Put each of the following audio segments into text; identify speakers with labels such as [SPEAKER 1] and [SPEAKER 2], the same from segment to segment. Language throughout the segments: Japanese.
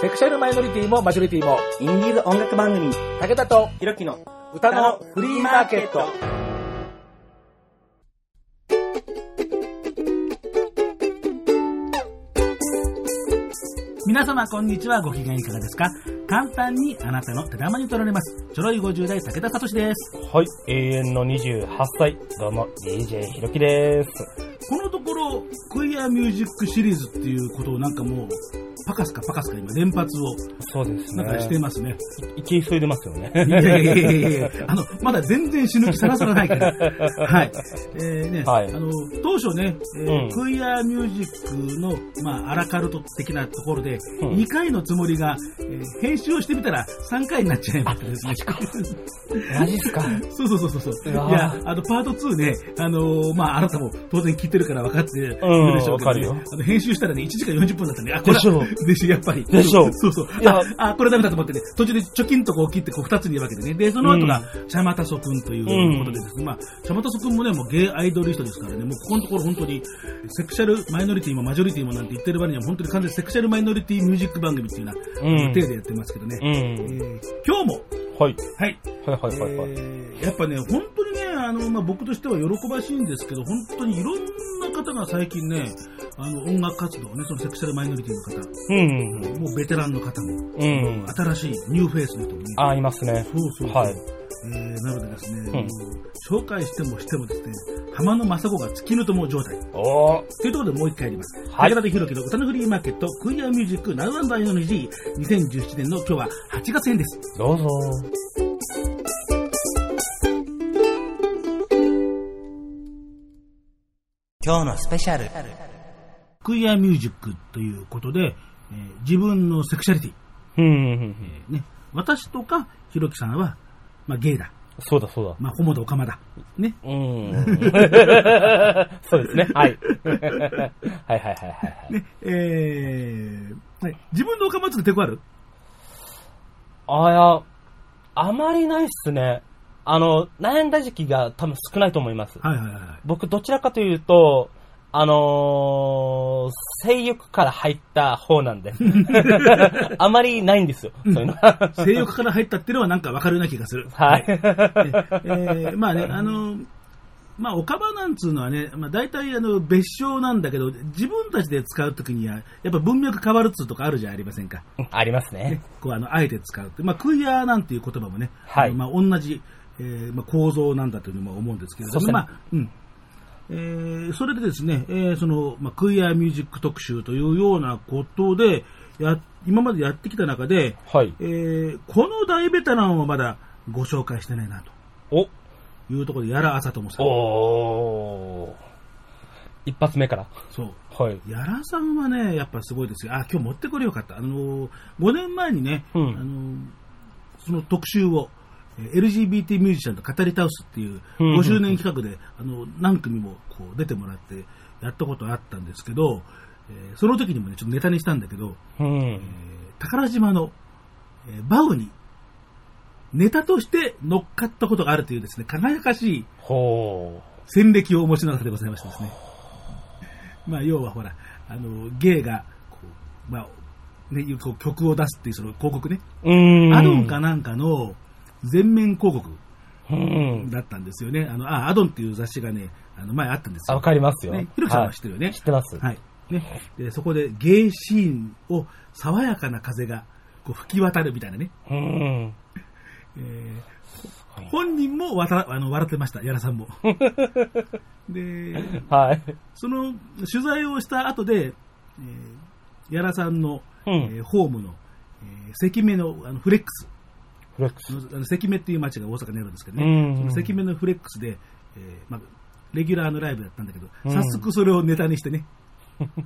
[SPEAKER 1] セクシャルマイノリティもマジョリティも、
[SPEAKER 2] インディーズ音楽番組、
[SPEAKER 1] 武田と
[SPEAKER 2] ひろきの
[SPEAKER 1] 歌のフリーマーケット。
[SPEAKER 3] 皆様こんにちはご機嫌いかがですか簡単にあなたの手玉に取られますちょろい50代武田聡です
[SPEAKER 4] はい、永遠の28歳、どうも、DJ ひろきです。
[SPEAKER 3] このところクイアミュージックシリーズっていうことをなんかもうパカスカパカスカ今連発を
[SPEAKER 4] そうです
[SPEAKER 3] なんかして
[SPEAKER 4] ね。
[SPEAKER 3] ますね。
[SPEAKER 4] いき急いでますよね。
[SPEAKER 3] いやいやいやいやいやあの、まだ全然死ぬ気さらさらない から。はい。えーね、
[SPEAKER 4] はい
[SPEAKER 3] あの、当初ね、えー
[SPEAKER 4] うん
[SPEAKER 3] クイアミュージックの、まあ、アラカルト的なところで、
[SPEAKER 4] うん
[SPEAKER 3] 2回のつもりが、えー編集をしてみたら3回になっちゃいましたですね。
[SPEAKER 4] マジっすか。
[SPEAKER 3] そうそうそうそうそう。いう
[SPEAKER 4] わー
[SPEAKER 3] や、あの、パート2ね、あのーまあ、あなたも当然聞いてるから分かってるでしょうけど、ね
[SPEAKER 4] うんわかるよ
[SPEAKER 3] あの、編集したらね、1時間40分だったね。あ、これ
[SPEAKER 4] でし ょ
[SPEAKER 3] でしょ、やっぱり。
[SPEAKER 4] でしょ
[SPEAKER 3] そうそう。
[SPEAKER 4] いや
[SPEAKER 3] あ、あこれダメだと思ってね、途中でチョキンとこう切って、こう2つに分けてね。で、その後が、シャマタソ君ということでですね、まあ、シャマタソ君もね、もうゲイアイドリストですからね、もうここのところ本当に、セクシャルマイノリティもマジョリティもなんて言ってる割には、本当に完全にセクシャルマイノリティミュージック番組っていうような、
[SPEAKER 4] うん
[SPEAKER 3] 手でやってますけどね。
[SPEAKER 4] う
[SPEAKER 3] え
[SPEAKER 4] ん。
[SPEAKER 3] ー今日も、
[SPEAKER 4] はい。
[SPEAKER 3] はい、
[SPEAKER 4] はいはいはいはい。
[SPEAKER 3] えーやっぱね、本当にね、あの、まあ、僕としては喜ばしいんですけど、本当にいろんな方が最近ね、あの、音楽活動ね、そのセクシャルマイノリティの
[SPEAKER 4] うん。
[SPEAKER 3] 方、もうベテランの方も、
[SPEAKER 4] うん。
[SPEAKER 3] 新しいニューフェイスの人もね、
[SPEAKER 4] あ、いますね。
[SPEAKER 3] そうそうそう
[SPEAKER 4] はい。
[SPEAKER 3] えーなのでですね、もう紹介してもしてもですね、浜野正子が突き抜とも状態。
[SPEAKER 4] おー。
[SPEAKER 3] というところでもう一回やります。は。
[SPEAKER 4] はいい
[SPEAKER 3] 武田とひろきの歌のフリーマーケット、クイアミュージック、ナウアンダイの G2017 年の今日は8月編です。
[SPEAKER 4] どうぞ。
[SPEAKER 2] 今日のスペシャル。
[SPEAKER 3] クイアミュージックということで、えー自分のセクシャリティ、
[SPEAKER 4] うん。
[SPEAKER 3] ね、私とかひろきさんは、まあ、ゲイだ、
[SPEAKER 4] そうだそうだ。
[SPEAKER 3] まあ、ホモだオカマだ、ね、
[SPEAKER 4] うん。そうですね。はい。はいはいはいはい。
[SPEAKER 3] ね、えー、はい自分のオカマって抵抗ある
[SPEAKER 4] あ、いや、あまりないっすね。あの、悩んだ時期が多分少ないと思います。
[SPEAKER 3] はいはいはいはい。
[SPEAKER 4] 僕どちらかというと、あのー、性欲から入った方なん で。あまりないんですよ。そういうのは。
[SPEAKER 3] 性欲から入ったっていうのはなんかわかるような気がする。
[SPEAKER 4] はい。
[SPEAKER 3] えーまあね、あの、まあ、おかばなんつうのはね、まあ、大体あの別称なんだけど、自分たちで使うときには、やっぱ文脈変わるっつうとかあるじゃありませんか。
[SPEAKER 4] ありますね
[SPEAKER 3] ね。、こうあのあえて使うって、まあ、クイアなんていう言葉もね、
[SPEAKER 4] はい
[SPEAKER 3] あのまあ、同じ、えーまあ、構造なんだというのも思うんですけれど
[SPEAKER 4] そうです
[SPEAKER 3] も、
[SPEAKER 4] ね
[SPEAKER 3] まあうんえーそれでですね、えーそのまあ、クイアミュージック特集というようなことでや、今までやってきた中で、
[SPEAKER 4] はい
[SPEAKER 3] え。ーこの大ベテランをまだご紹介してないな
[SPEAKER 4] お、
[SPEAKER 3] というところで、やらあさともさん。
[SPEAKER 4] おー。一発目から。
[SPEAKER 3] そう
[SPEAKER 4] はい。
[SPEAKER 3] やらさんはね、やっぱすごいですよ。あ、今日持ってこれよかった。あのー、5年前にね、
[SPEAKER 4] う
[SPEAKER 3] あ
[SPEAKER 4] ん
[SPEAKER 3] のーその特集を、えー LGBT ミュージシャンと語り倒すっていう
[SPEAKER 4] うんうんうん
[SPEAKER 3] 50年企画で、あのー何組もこう出てもらってやったことあったんですけど、えーその時にもね、ちょっとネタにしたんだけど、
[SPEAKER 4] う
[SPEAKER 3] え
[SPEAKER 4] ん。
[SPEAKER 3] ー宝島の、えーバウにネタとして乗っかったことがあるというですね、輝かしい
[SPEAKER 4] ほ
[SPEAKER 3] 戦歴をお持ちの方でございましてですね。まあ、要はほら、あの、芸が、こう、まあ、ね、こう曲を出すっていうその広告ね、
[SPEAKER 4] う。うん。
[SPEAKER 3] アドンかなんかの全面広告
[SPEAKER 4] うん。
[SPEAKER 3] だったんですよね。あの、あ、アドンっていう雑誌がね、あの、前あったんです
[SPEAKER 4] あ、
[SPEAKER 3] よ。
[SPEAKER 4] わかりますよ。
[SPEAKER 3] ね、ひろきさんは
[SPEAKER 4] はい
[SPEAKER 3] 知ってるよね
[SPEAKER 4] 知。ってます。
[SPEAKER 3] はい。ね、でそこで芸シーンを爽やかな風がこう吹き渡るみたいなね。
[SPEAKER 4] うん。
[SPEAKER 3] えー本人もわたあの笑ってました、やらさん も。で、
[SPEAKER 4] はい。
[SPEAKER 3] その取材をした後で、えー、やらさんの、
[SPEAKER 4] うん
[SPEAKER 3] えーホームの、えー関目のあのフレックス
[SPEAKER 4] フレックス。
[SPEAKER 3] の、あの関目っていう町が大阪にあるんですけど
[SPEAKER 4] うんう
[SPEAKER 3] ね
[SPEAKER 4] ん、
[SPEAKER 3] その関目のフレックスで、えーまあ、レギュラーのライブだったんだけど、
[SPEAKER 4] うん
[SPEAKER 3] 早速それをネタにしてね、 えー、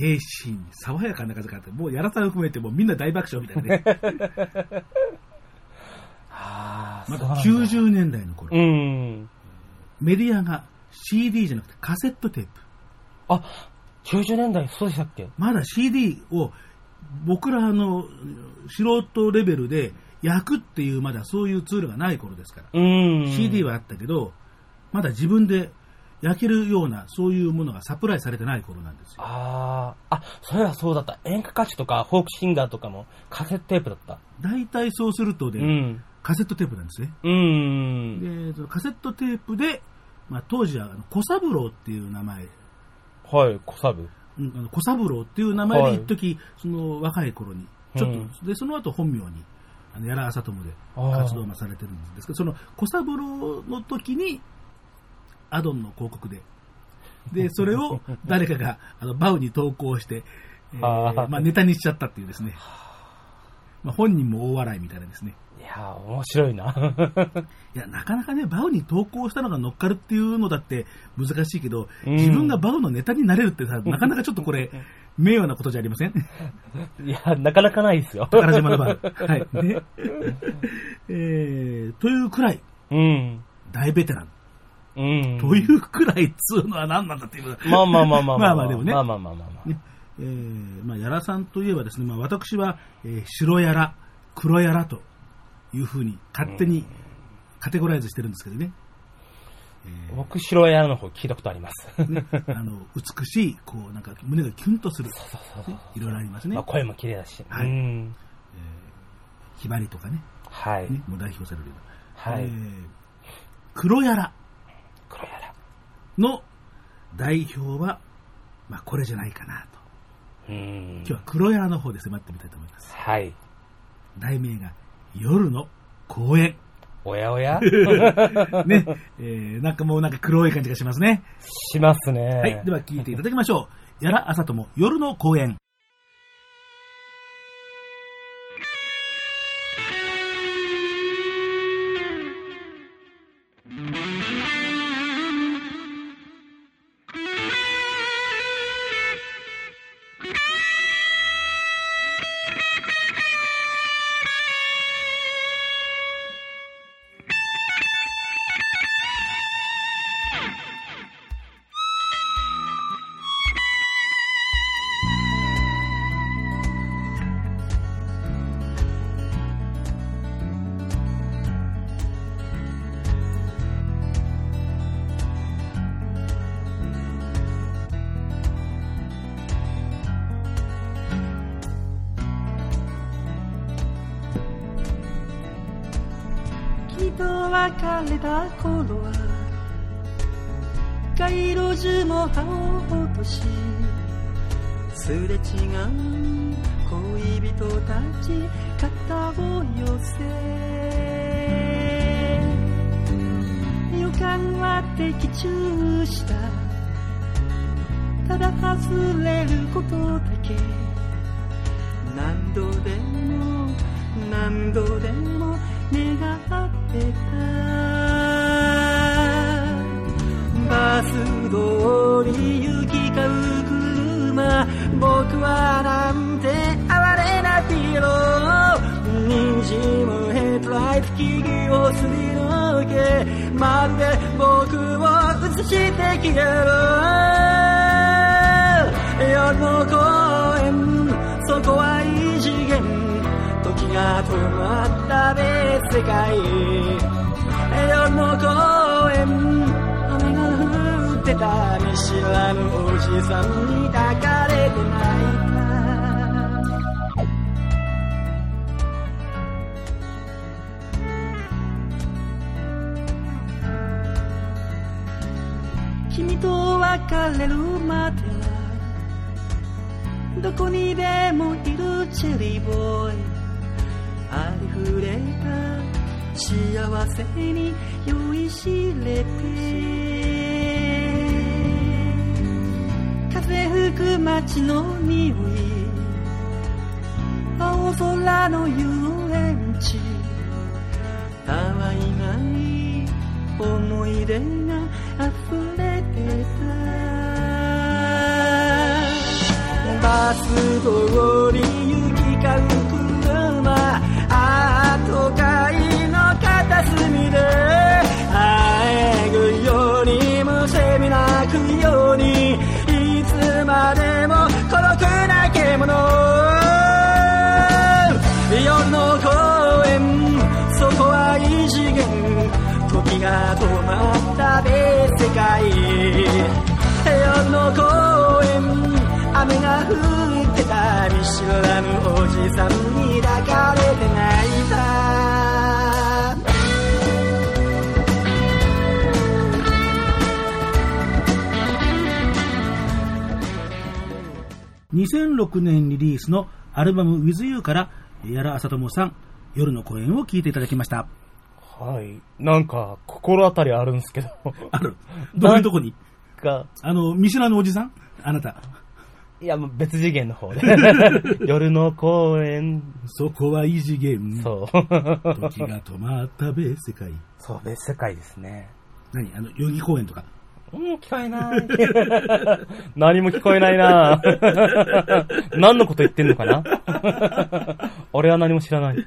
[SPEAKER 3] 芸シーン、爽やかな風があって、もうやらさん含めてもうみんな大爆笑みたいなね、
[SPEAKER 4] あー
[SPEAKER 3] ま
[SPEAKER 4] そ
[SPEAKER 3] だ
[SPEAKER 4] うなんだ
[SPEAKER 3] 90年代の頃、
[SPEAKER 4] うん。
[SPEAKER 3] メディアが CD じゃなくてカセットテープ。
[SPEAKER 4] あ、90年代、そうでしたっけ
[SPEAKER 3] まだ CD を僕らの素人レベルで焼くっていうまだそういうツールがない頃ですから、
[SPEAKER 4] うん。
[SPEAKER 3] CD はあったけどまだ自分で焼けるような、そういうものがサプライされてない頃なんですよ。
[SPEAKER 4] ああ、あ、そういえばそうだった。演歌歌手とかフォークシンガーとかもカセットテープだった。
[SPEAKER 3] 大体そうするとで、
[SPEAKER 4] うん。
[SPEAKER 3] カセットテープなんですね。
[SPEAKER 4] うん。
[SPEAKER 3] で、そのカセットテープで、まあ、当時はあの小三郎っていう名前、
[SPEAKER 4] はい、小サブ。
[SPEAKER 3] うんあの小三郎っていう名前
[SPEAKER 4] は
[SPEAKER 3] で
[SPEAKER 4] い
[SPEAKER 3] 一時、その若い頃に、ちょっと、
[SPEAKER 4] うん
[SPEAKER 3] で、その後本名に、あの、やらあさともで
[SPEAKER 4] あー
[SPEAKER 3] 活動もされてるんですけど、その小三郎の時に、アドンの広告で、 で、それを誰かが、あの、バウに投稿して、えー
[SPEAKER 4] あー
[SPEAKER 3] まあ、ネタにしちゃったっていうですね。まあ、本人も大笑いみたいなですね。
[SPEAKER 4] いやー、面白いな。
[SPEAKER 3] いや、なかなかね、バウに投稿したのが乗っかるっていうのだって難しいけど、
[SPEAKER 4] うん
[SPEAKER 3] 自分がバウのネタになれるってさ、なかなかちょっとこ れ、名誉なことじゃありません
[SPEAKER 4] いや、なかなかないですよ。
[SPEAKER 3] 宝島のバウ。はい。ね。えー、というくらい、
[SPEAKER 4] うん。
[SPEAKER 3] 大ベテラン。
[SPEAKER 4] うん。
[SPEAKER 3] というくらいっつうのは何なんだっていうのは
[SPEAKER 4] まあまあまあまあ
[SPEAKER 3] まあまあでもね
[SPEAKER 4] まあまあまあまあまあ。
[SPEAKER 3] ねえーまあ、やらさんといえばですね、まあ、私は、えー白やら、黒やらというふうに勝手にカテゴライズしてるんですけどね。
[SPEAKER 4] 僕、白屋の方聞いたことあります。
[SPEAKER 3] ね、あの美しい、こう、なんか胸がキュンとする。ねいろいろありますね
[SPEAKER 4] まあ。声も綺麗だし。
[SPEAKER 3] はい
[SPEAKER 4] うん。
[SPEAKER 3] ひばりとかね、
[SPEAKER 4] はい。
[SPEAKER 3] ねもう代表されるような。
[SPEAKER 4] は
[SPEAKER 3] え
[SPEAKER 4] い。
[SPEAKER 3] ー黒やら
[SPEAKER 4] 黒屋だ。
[SPEAKER 3] の代表は、まあ、これじゃないかなと。
[SPEAKER 4] うん
[SPEAKER 3] 今日。は黒やらの方で迫ってみたいと思います。
[SPEAKER 4] はい。
[SPEAKER 3] 題名が、夜の公園。
[SPEAKER 4] おやおや
[SPEAKER 3] ね、えーなんかもうなんか黒い感じがしますね。
[SPEAKER 4] しますね。
[SPEAKER 3] はい、では聞いていただきましょう。やらあさとも夜の公園。
[SPEAKER 5] きっと別れた頃は街路樹も葉を落としすれ違う恋人たち肩を寄せ予感は的中したただ外れることだけ何度でも何度でも願ってたバス通り行き交う車僕はなんて哀れなピエロ虹もヘッドライト木々をすり抜けまるで僕を映して消える夜の公園そこは異次元時が止まったべ世界夜の公園雨が降ってた見知らぬおじさんに抱かれて泣いた君と別れるまではどこにでもいるチェリーボーイありふれた幸せに酔いしれて風吹く街の匂い青空の遊園地たわいない思い出が溢れてたバス通り行き交う車ああ都会の片隅であえぐようにむせみなくようにいつまでも孤独な獣夜の公園そこは異次元時が止まったべ世界ない夜の公園雨が降ってた見知らぬおじさんに抱かれて泣いた
[SPEAKER 3] 2006年リリースのアルバム With You から、やらあさともさん、夜の公演を聴いていただきました。
[SPEAKER 4] はい。なんか、心当たりあるんですけど。
[SPEAKER 3] ある。どういうとこに
[SPEAKER 4] が、
[SPEAKER 3] あの、見知らぬおじさんあなた。
[SPEAKER 4] いや、もう別次元の 方で。夜の公園。
[SPEAKER 3] そこは異次元。
[SPEAKER 4] そう。
[SPEAKER 3] 時が止まったべ、世界。
[SPEAKER 4] そうで、世界ですね。
[SPEAKER 3] 何あの、代々木公園とか。
[SPEAKER 4] うん、聞こえない。何も聞こえないな何のこと言ってんのかな俺は何も知らない。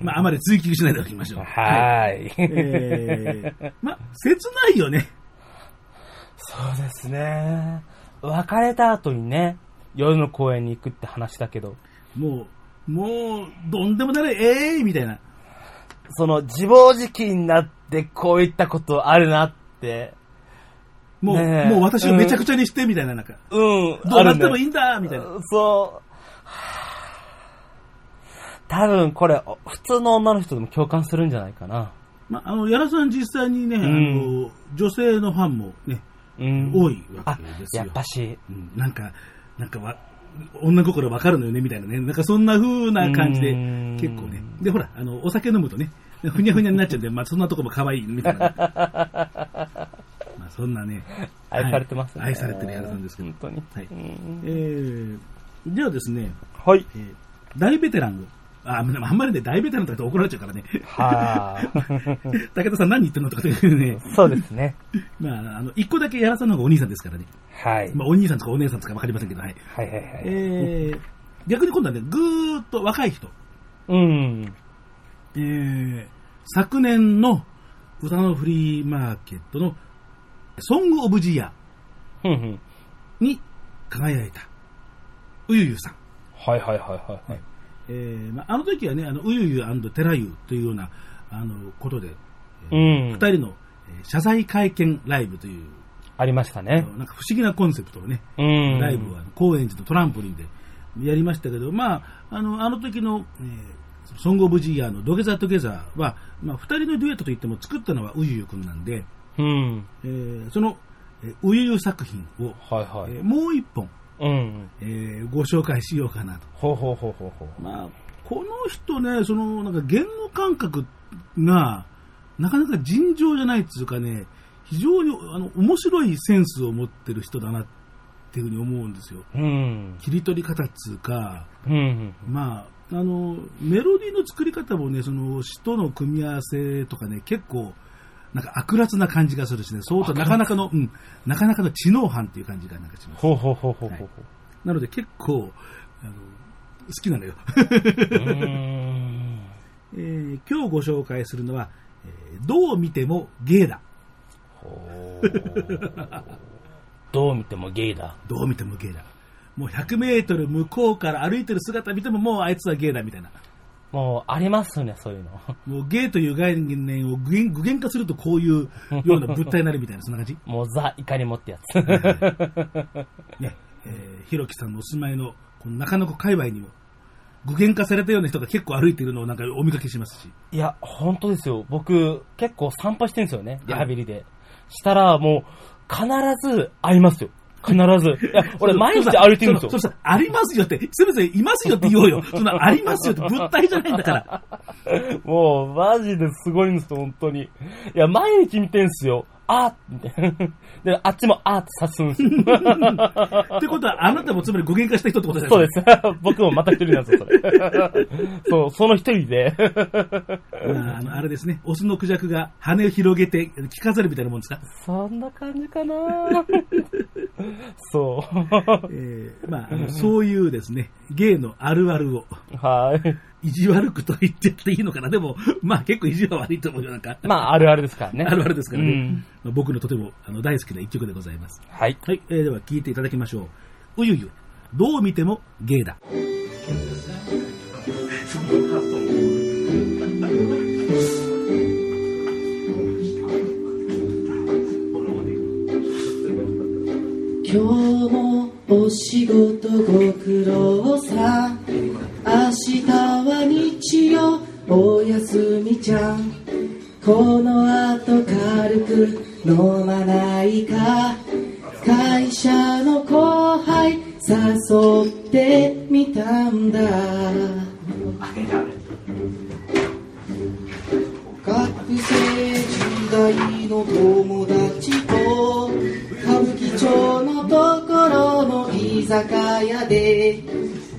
[SPEAKER 3] まあ、あまり追求しないでおきまし ょう。
[SPEAKER 4] はーい。
[SPEAKER 3] えー、まあ、切ないよね。
[SPEAKER 4] そうですね。別れた後にね、夜の公園に行くって話だけど、
[SPEAKER 3] もう、もう、どんでもなれ、ええー、みたいな。
[SPEAKER 4] その自暴自棄になってこういったことあるなって、
[SPEAKER 3] もう、
[SPEAKER 4] ねえ
[SPEAKER 3] もう私をめちゃくちゃにして、みたいな、なんか、
[SPEAKER 4] うん、
[SPEAKER 3] どうなって
[SPEAKER 4] ある
[SPEAKER 3] も
[SPEAKER 4] ね
[SPEAKER 3] いいんだ、みたいな。
[SPEAKER 4] そう。多分これ、お普通の女の人でも共感するんじゃないかな。
[SPEAKER 3] まあ、あの、やらさん実際にね、
[SPEAKER 4] ん
[SPEAKER 3] あの、女性のファンもね、
[SPEAKER 4] うん。
[SPEAKER 3] 多いわ
[SPEAKER 4] あ
[SPEAKER 3] けですよ。
[SPEAKER 4] やっぱし、
[SPEAKER 3] うん、なんか、なんかわ、女心わかるのよね、みたいなね。なんかそんな風な感じで
[SPEAKER 4] うーん、
[SPEAKER 3] 結構ね。で、ほら、あの、お酒飲むとね、ふにゃふにゃになっちゃうん で、まあそんなとこも可愛い、みたいな。まあそんなね。
[SPEAKER 4] 愛されてますね。
[SPEAKER 3] はい愛されてるやつなんですけど
[SPEAKER 4] 本。当に。
[SPEAKER 3] はい
[SPEAKER 4] うん
[SPEAKER 3] えー、ではですね、
[SPEAKER 4] はい。
[SPEAKER 3] えー大ベテランあ、でもあんまりね、大ベテランとかって怒られちゃうからね。
[SPEAKER 4] はあ。
[SPEAKER 3] 武田さん何言ってんのとかっていう ね。
[SPEAKER 4] そうですね。
[SPEAKER 3] まあ、あの、一個だけやらさんの方がお兄さんですからね。
[SPEAKER 4] はい。
[SPEAKER 3] まあ、お兄さんとかお姉さんとかわかりませんけど、はい。
[SPEAKER 4] はいはいはい。
[SPEAKER 3] えー、逆に今度はね、ぐーっと若い人。
[SPEAKER 4] うん。
[SPEAKER 3] えー、昨年の歌のフリーマーケットのソングオブジイヤ
[SPEAKER 4] ふんふん。
[SPEAKER 3] ーに輝いた、うゆゆさん。
[SPEAKER 4] はいはいはいはいはい。
[SPEAKER 3] えーまあ、あの時はね、あのうゆゆてらゆというようなあのことで、
[SPEAKER 4] う
[SPEAKER 3] 二
[SPEAKER 4] ん。
[SPEAKER 3] 人のえー謝罪会見ライブという、
[SPEAKER 4] ありました
[SPEAKER 3] あ
[SPEAKER 4] ね
[SPEAKER 3] の。なんか不思議なコンセプトをね、
[SPEAKER 4] うん。
[SPEAKER 3] ライブは高円寺のトランポリンでやりましたけど、まあ、あのあの時の、えーソング・オブ・ジーヤーの「ドゲザ・トゲザーは」まあ、2人のデュエットといっても作ったのはうゆゆくんなんで、
[SPEAKER 4] うん。
[SPEAKER 3] えーそのえーうゆゆ作品を、
[SPEAKER 4] はいは
[SPEAKER 3] えー
[SPEAKER 4] い。
[SPEAKER 3] もう一本、
[SPEAKER 4] うん。
[SPEAKER 3] えーご紹介しようかなと。
[SPEAKER 4] ほうほうほうほうほう。
[SPEAKER 3] まあ、この人ね、そのなんか言語感覚がなかなか尋常じゃないっていうかね、非常にあの面白いセンスを持ってる人だなっていうふうに思うんですよ。
[SPEAKER 4] うん。
[SPEAKER 3] 切り取り方っつうか、
[SPEAKER 4] うん。
[SPEAKER 3] まあ、あのメロディーの作り方もね、その詩との組み合わせとかね、結構、なんか悪辣な感じがするしね、そうとなかなかの、うん、なかなかの知能犯っていう感じがなんかします。
[SPEAKER 4] ほうほうほうほうほう。
[SPEAKER 3] なので結構、あの好きなのよ。
[SPEAKER 4] うん。
[SPEAKER 3] えー今日ご紹介するのは、えーどう見てもゲイだ。
[SPEAKER 4] ほうどう見てもゲイだ。
[SPEAKER 3] どう見てもゲイだ。もう100メートル向こうから歩いてる姿見てももうあいつはゲイだみたいな。
[SPEAKER 4] もう、ありますね、そういうの。
[SPEAKER 3] もうゲイという概念を具現具現化するとこういうような物体になるみたいな、そんな感じ。
[SPEAKER 4] もう、ザ・怒り持ってやつ。
[SPEAKER 3] ね、えー、ひろきさんのお住まいの、この中野区界隈にも、具現化されたような人が結構歩いてるのをなんかお見かけしますし。
[SPEAKER 4] いや、本当ですよ。僕、結構散歩してるんですよね、リハビリで。したら、もう、必ず会いますよ。必ず。い や、俺、毎日歩いてるんですよ
[SPEAKER 3] そ。うそうそうありますよって、せめていますよって言おうよ。そんなありますよって物体じゃないんだから。
[SPEAKER 4] もう、マジですごいんですよ、本当に。いや、毎日見てんすよ。あーって。で、あっちもあーって刺すんですよ。
[SPEAKER 3] ってことは、あなたもつまり具現化した人って ことじゃ
[SPEAKER 4] そ
[SPEAKER 3] な
[SPEAKER 4] う
[SPEAKER 3] い
[SPEAKER 4] で
[SPEAKER 3] です
[SPEAKER 4] す。 僕もまた一人なんですよ、それ。 そう、その一 人で。
[SPEAKER 3] か。うんあのあれですね、オスのクジャクが羽を広げて、着飾るみたいなもんですか。
[SPEAKER 4] そんな感じかなそ
[SPEAKER 3] えーまあ、あのそういうですね、芸のあるあるを、
[SPEAKER 4] う。 はい。
[SPEAKER 3] 意地悪くと言ってやっていいのかな。でも、まあ結構意地は悪いと思うよ、なんか。
[SPEAKER 4] まあ、あるあるですからね。
[SPEAKER 3] あるあるですからね。
[SPEAKER 4] うん
[SPEAKER 3] まあ僕のとてもあの大好きな一曲でございます。
[SPEAKER 4] はい。
[SPEAKER 3] はい、えーでは聴いていただきましょう。うゆゆ、どう見てもゲイだ。
[SPEAKER 6] 今日もお仕事ご苦労さん明日は日曜お休みちゃんこの後軽く飲まないか会社の後輩誘ってみたんだ学生時代の友達と歌舞伎町のところの居酒屋で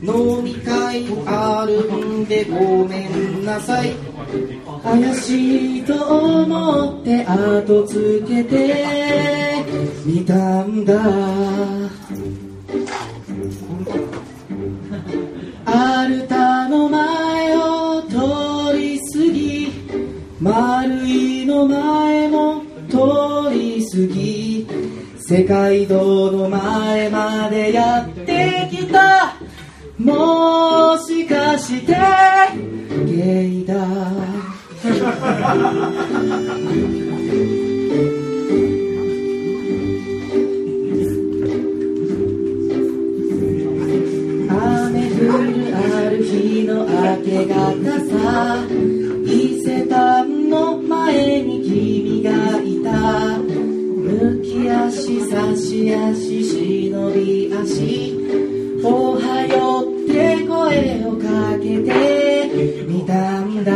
[SPEAKER 6] 飲み会あるんでごめんなさい怪しいと思って後つけてみたんだアルタの前を通り過ぎ丸いの前も通り過ぎ世界道の前までやってきたもしかしてゲイだ雨降るある日の明け方さ伊勢丹の前に君がいた抜き足差し足忍び足おはようって声をかけてみたんだ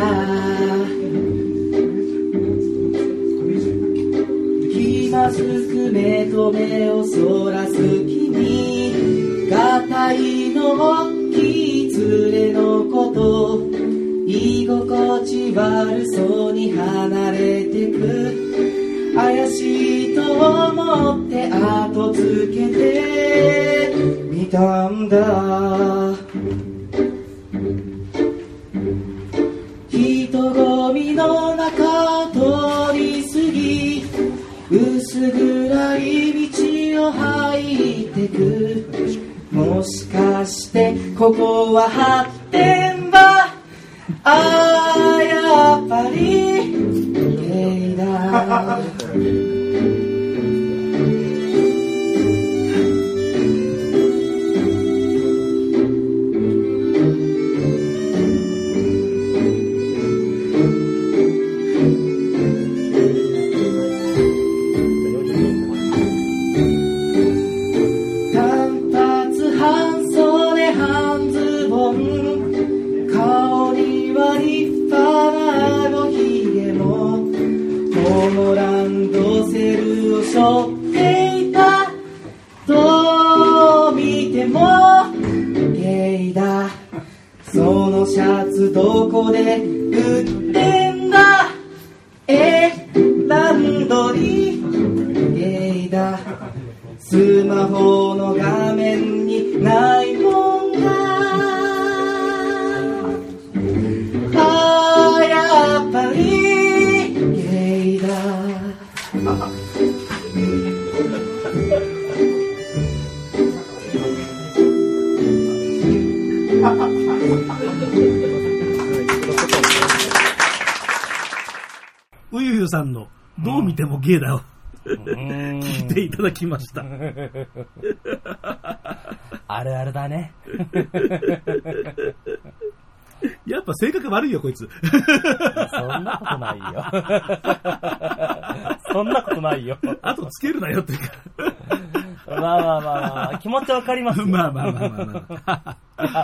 [SPEAKER 6] 気まずく目と目をそらす君がたいの大きい連れのこと居心地悪そうに離れてく怪しいと思って後つけてみたんだ人混みの中通り過ぎ薄暗い道を入ってくもしかしてここは発展場あーやっぱりゲイだ短髪半袖半ズボン顔には立派なごひげもホームランドセルを背負っていたどう見てもゲイだそのシャツどこで売ってんだえランドリーゲイだスマホの画面にないもんがあーやっぱりゲイだ
[SPEAKER 3] うゆゆさんの、どう見てもゲイだを聞いていただきました。
[SPEAKER 4] あるあるだね。
[SPEAKER 3] やっぱ性格悪いよ、こい つ。
[SPEAKER 4] そんなことないよ。 そんなことないよ。
[SPEAKER 3] あとつけるなよっていうか。
[SPEAKER 4] まあまあまあまあ、気持ちわかりますよ。
[SPEAKER 3] まあまあまあまあまあ。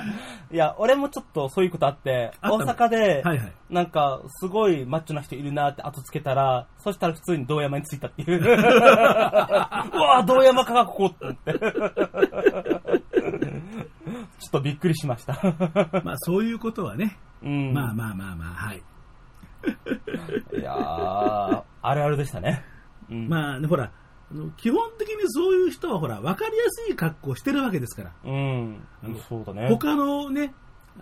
[SPEAKER 4] いや、俺もちょっとそういうことあって、
[SPEAKER 3] あ
[SPEAKER 4] 大
[SPEAKER 3] ったの
[SPEAKER 4] 阪で、
[SPEAKER 3] はいはい
[SPEAKER 4] なんか、すごいマッチョな人いるなって後つけたら、そしたら普通に道山に着いたっ ていう。うわぁ、道山かがここって思って。ちょっとびっくりしました。
[SPEAKER 3] まあそういうことはね。
[SPEAKER 4] うん。
[SPEAKER 3] まあまあまあまあ、はい。
[SPEAKER 4] いやーあるあるでしたね。うん。
[SPEAKER 3] まあね、ほら、あの基本的にそういう人はほら、わかりやすい格好をしてるわけですから。
[SPEAKER 4] うん。そうだね。
[SPEAKER 3] 他のね、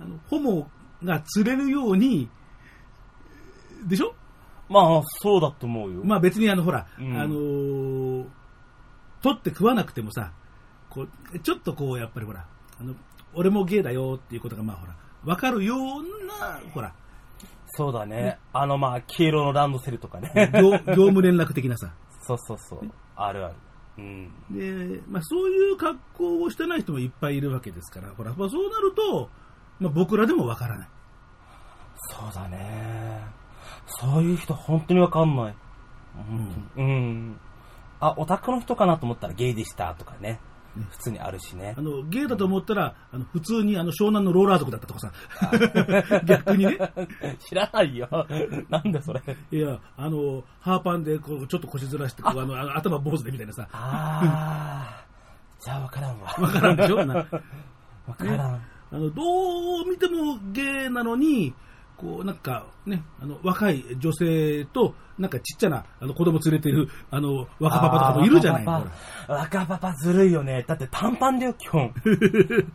[SPEAKER 3] あの、ホモが釣れるように、でしょ
[SPEAKER 4] まあ、そうだと思うよ。
[SPEAKER 3] まあ別にあの、ほら、
[SPEAKER 4] うん
[SPEAKER 3] あのー取って食わなくてもさ、こう、ちょっとこう、やっぱりほら、あの、俺もゲイだよっていうことが、まあほら、わかるような、ほら、
[SPEAKER 4] そうだね。あ の、まあ、黄色のランドセルとかね。
[SPEAKER 3] 業業務連絡的なさ。
[SPEAKER 4] そうそうそう。あるある。うん。
[SPEAKER 3] で、まあ、そういう格好をしてない人もいっぱいいるわけですから、ほら、まあ、そうなると、まあ、僕らでもわからない。
[SPEAKER 4] そうだね。そういう人、本当にわかんない。うん。あ、オタクの人かなと思ったらゲイでしたとかね。普通にあるしね
[SPEAKER 3] あ。の、ゲイだと思ったら、あの普通にあの湘南のローラー族だったとかさ、 逆にね、
[SPEAKER 4] 知らないよ。なんだそれ。
[SPEAKER 3] いや、あの、ハーパンでこうちょっと腰ずらしてこうあの、あの頭坊主でみたいなさ、
[SPEAKER 4] あー。じゃあわからんわ。
[SPEAKER 3] わからんでしょな
[SPEAKER 4] わからん。
[SPEAKER 3] あの、どう見てもゲイなのに、こう、なんかね、あの、若い女性と、なんかちっちゃな、あの、子供連れてる、あの、若パパとかもいるじゃない
[SPEAKER 4] あー
[SPEAKER 3] の。
[SPEAKER 4] 若パパ若パパずるいよね。だって短パンだよ、基本。